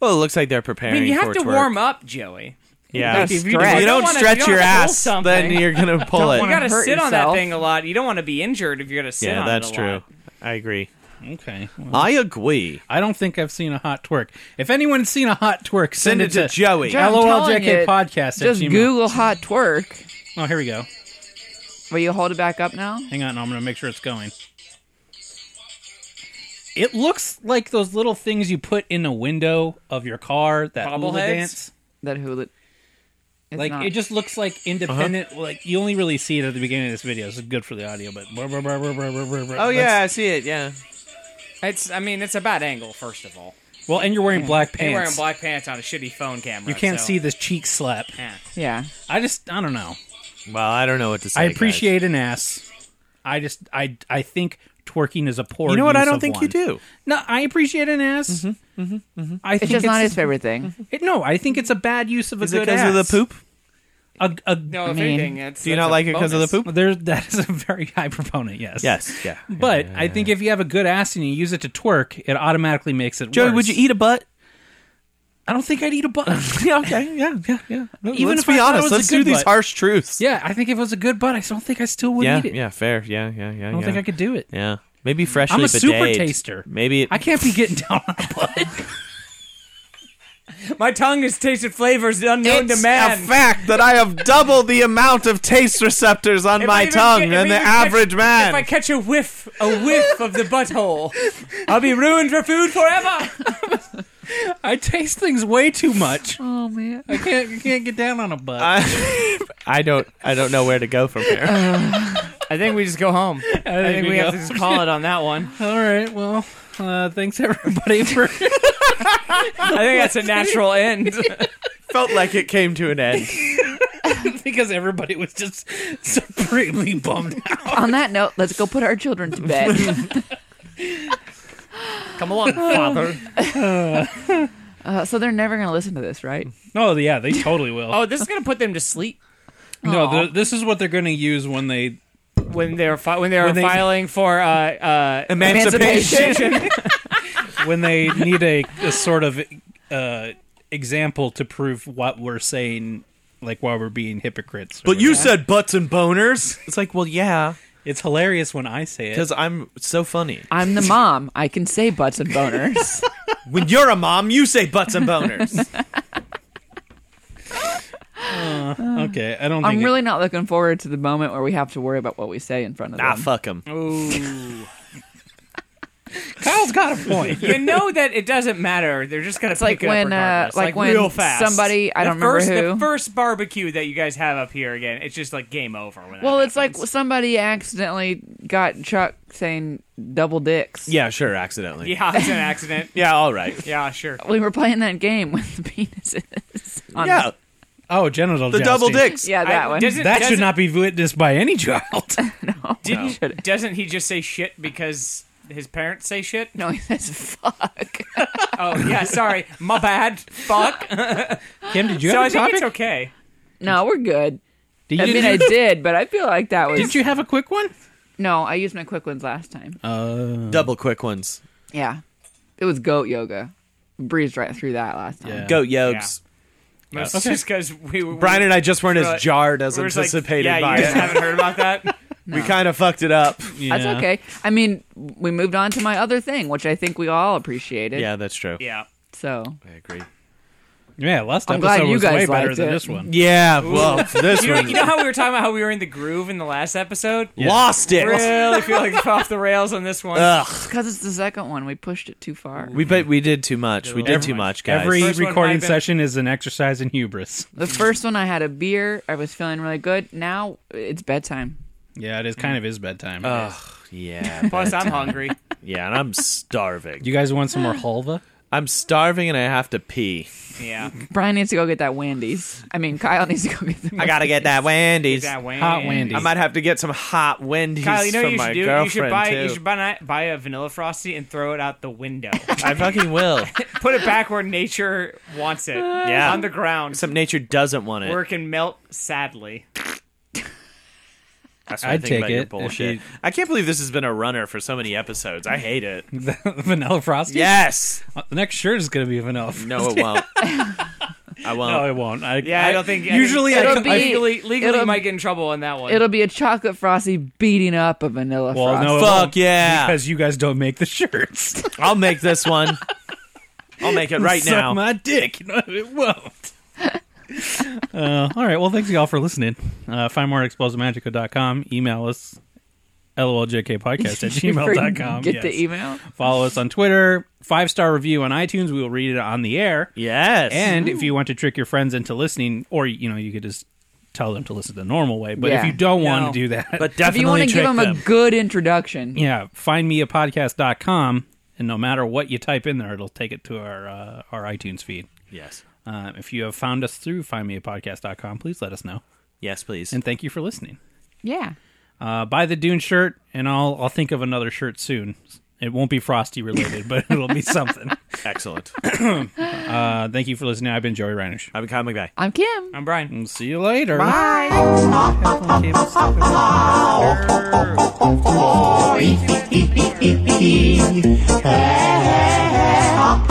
Well, it looks like they're
I
preparing.
mean, you
for
have to
twerk.
warm up, Joey.
Yeah,
If you
If
stretch.
you
You
don't
wanna-
stretch
you don't
your
wanna pull
ass, then
something.
you're gonna pull
You
it.
got to
hurt
sit on that
yourself.
thing a lot. You don't want to be injured if you're going to sit
Yeah,
on
that's
it a lot.
true. I agree.
Okay. Well,
I agree.
I don't think I've seen a hot twerk. If anyone's seen a hot twerk, send,
Send it to Joey.
I'm telling
LOLJK
you,
podcast at
Just
gmail.
Google hot twerk.
Oh, here we go.
Will you hold it back up now?
Hang on, I'm gonna make sure it's going. It looks like those little things you put in a window of your car that hula
Bobbleheads?
dance.
That hula. It's
Like
not.
it just looks like
Uh-huh.
independent. Like you only really see it at the beginning of this video. It's good for the audio, but brr, brr, brr, brr, brr, brr, brr, brr.
Oh yeah,
That's-
I see it. Yeah.
It's, I mean, it's a bad angle, first of all.
Well, and you're wearing black
You're wearing
pants.
black pants on a shitty phone camera.
you can't
so-
see this cheek slap.
Yeah.
yeah.
I just I don't know.
Well, I don't know what to say.
I
guys.
appreciate an ass. I just I I think twerking is a poor.
You know what?
use
I don't
of
think
one.
you do. Mm-hmm,
No, I appreciate an ass. I think
It's just not his favorite thing.
It, no, I think it's a bad use of a
Is it
good
because of the
ass.
poop?
A, a,
No,
I
if
mean,
anything, it's,
Do you
that's
not
a
like it because of the
bonus.
poop?
There, that is a very high proponent. Yes.
Yes. Yeah.
But I think if you have a good ass and you use it to twerk, it automatically makes it.
Joey,
worse.
would you eat a butt?
I don't think I'd eat a butt.
yeah. Okay. Uh, Yeah. Yeah. Yeah.
Even
Let's
if I
be
thought it
honest.
was a
Let's
good
do these
butt.
harsh truths.
yeah, I think if it was a good butt, I don't think I still would
Yeah.
eat it.
Yeah. Fair. Yeah. Yeah. Yeah.
I don't think I could do it.
Yeah. Maybe freshly.
I'm a super
bidet.
taster.
Maybe. It,
I can't be getting down on a butt.
My tongue has tasted flavors unknown
It's
to
a
man.
fact that I have double the amount of taste receptors on
If I
my
even
tongue
get- if
than
I
the
even
average
catch-
man.
If I catch a whiff, a whiff of the butthole, I'll be ruined for food forever.
I taste things way too much.
Oh man.
I can't. I can't get down on a butt.
I, I don't. I don't know where to go from here.
I think we just go home. I think, we,
go.
have to just call it on that one.
All right. Well, uh, thanks everybody for.
I think that's a natural end.
Felt like it came to an end.
because everybody was just supremely bummed out.
On that note, let's go put our children to bed.
Come along, father.
uh, so they're never gonna listen to this, right?
Oh yeah, they totally will.
Oh, this is gonna put them to sleep
No,
Aw.
th- this is what they're going to use when they.
when they're fi- when they're
When they-
filing for uh, uh,
when they need a, a sort of uh, example to prove what we're saying, like why we're being hypocrites. or
But you
whatever.
said butts and boners. It's like, well, yeah,
it's hilarious when I say it.
because I'm so funny.
I'm the mom. I can say butts and boners.
When you're a mom, you say butts and boners.
Okay, I don't.
I'm
think
really not looking forward to the moment where we have to worry about what we say in front of
ah,
them.
fuck them.
Ooh.
it- Kyle's got a point.
you know that it doesn't matter. They're just gonna
It's like
pick it
when, uh,
up regardless,
like when
real fast.
somebody- I
The
don't remember
first,
who.
The first barbecue that you guys have up here again, it's just like game over. When that
Well, it's like
happens.
somebody accidentally got Chuck saying double dicks.
Yeah, sure, accidentally.
Yeah, it's an accident.
Yeah, all right.
Yeah, sure.
We were playing that game with the penises. On
Yeah,
Oh, genital.
the double
jousting.
dicks.
Yeah, that
I-
one.
doesn't-
That should
doesn't-
not be witnessed by any child.
Didn't, Doesn't he just say shit because his parents say shit?
No, he says fuck.
Oh, yeah, sorry. My bad. Fuck.
Kim, did you
So I
have a
think
topic?
it's okay.
no, we're good.
Did
I
you,
mean, I did, but I feel like that was
did you have a quick one?
no. I used my quick ones last time.
Uh,
Double quick ones.
yeah, it was goat yoga. Breezed right through that last time.
Yeah.
Go yobes.
Most
Okay.
just because we were.
Brian and I just weren't
Right.
as jarred as
we were just like,
anticipated
yeah,
by
you guys
it.
haven't heard about that?
We kind of fucked it up.
That's
Yeah.
okay. I mean, we moved on to my other thing, which I think we all appreciated.
Yeah, that's true.
Yeah.
So
I agree.
Yeah, last
I'm
episode
glad you
was
guys
way better
liked
than
it.
this one.
Yeah, well, this
You know,
one
you know how we were talking about how we were in the groove in the last episode?
lost it.
Really feel like it's off the rails on this one.
Ugh.
because it's the second one, we pushed it too far.
We but we did too much. We did
Every-
too much, guys.
Every
First one
recording
might have been-
session is an exercise in hubris.
The first one, I had a beer. I was feeling really good. Now it's bedtime.
Yeah, it is kind of his bedtime.
Ugh, yeah.
Plus, I'm hungry.
Yeah, and I'm starving.
you guys want some more halva?
I'm starving and I have to pee.
Yeah.
Brian needs to go get that Wendy's. I mean, Kyle needs to go get the.
I gotta get that Wendy's.
That way.
Hot Wendy.
I might have to get some hot Wendy's
Kyle, you know what
from
you
my
should do? You
girlfriend
should buy
too.
you should buy, buy a vanilla frosty and throw it out the window.
I fucking will.
Put it back where nature wants it.
Yeah.
On the ground.
Except nature doesn't want it.
where it can melt sadly.
That's what I
I'd
think
take
about your
it if
bullshit.
you-
I can't believe this has been a runner for so many episodes. I hate it.
vanilla frosty.
Yes.
Uh, the next shirt is going to be vanilla. Frosty.
No, it won't. I won't.
no, it won't. I,
Yeah, I, don't think
Usually,
I,
I,
It'll
think-
I,
be-
legally legally
it'll-
might get in trouble on that one.
It'll be a chocolate frosty beating up a vanilla
Well,
frosty.
no.
Fuck yeah!
because you guys don't make the shirts
I'll make this one. I'll make it right
Suck
now.
my dick. No, it won't. uh, all right. Well, thanks y'all for listening. Uh, find more at explosivemagico.com. Email us loljkpodcast at
Did you freaking
gmail.com.
Get
yes.
the e- email.
Follow us on Twitter. Five star review on iTunes. We will read it on the air.
yes.
And if you want to trick your friends into listening, or you know, you could just tell them to listen the normal way. But if
Yeah.
you don't want
No.
to do that,
but
If
definitely
you want to
trick
give them a good introduction,
yeah, find me a podcast.com, and no matter what you type in there, it'll take it to our uh, our iTunes feed.
yes.
Uh, if you have found us through findmeapodcast.com, please let us know.
Yes, please.
And thank you for listening.
yeah.
Uh, buy the Dune shirt, and I'll I'll think of another shirt soon. It won't be Frosty related, but it'll be something.
Excellent.
Uh, thank you for listening. I've been Joey Reinish.
I'm Kyle McVeigh.
I'm Kim.
I'm Brian.
We'll see you later.
Hey, hey, hey, hey.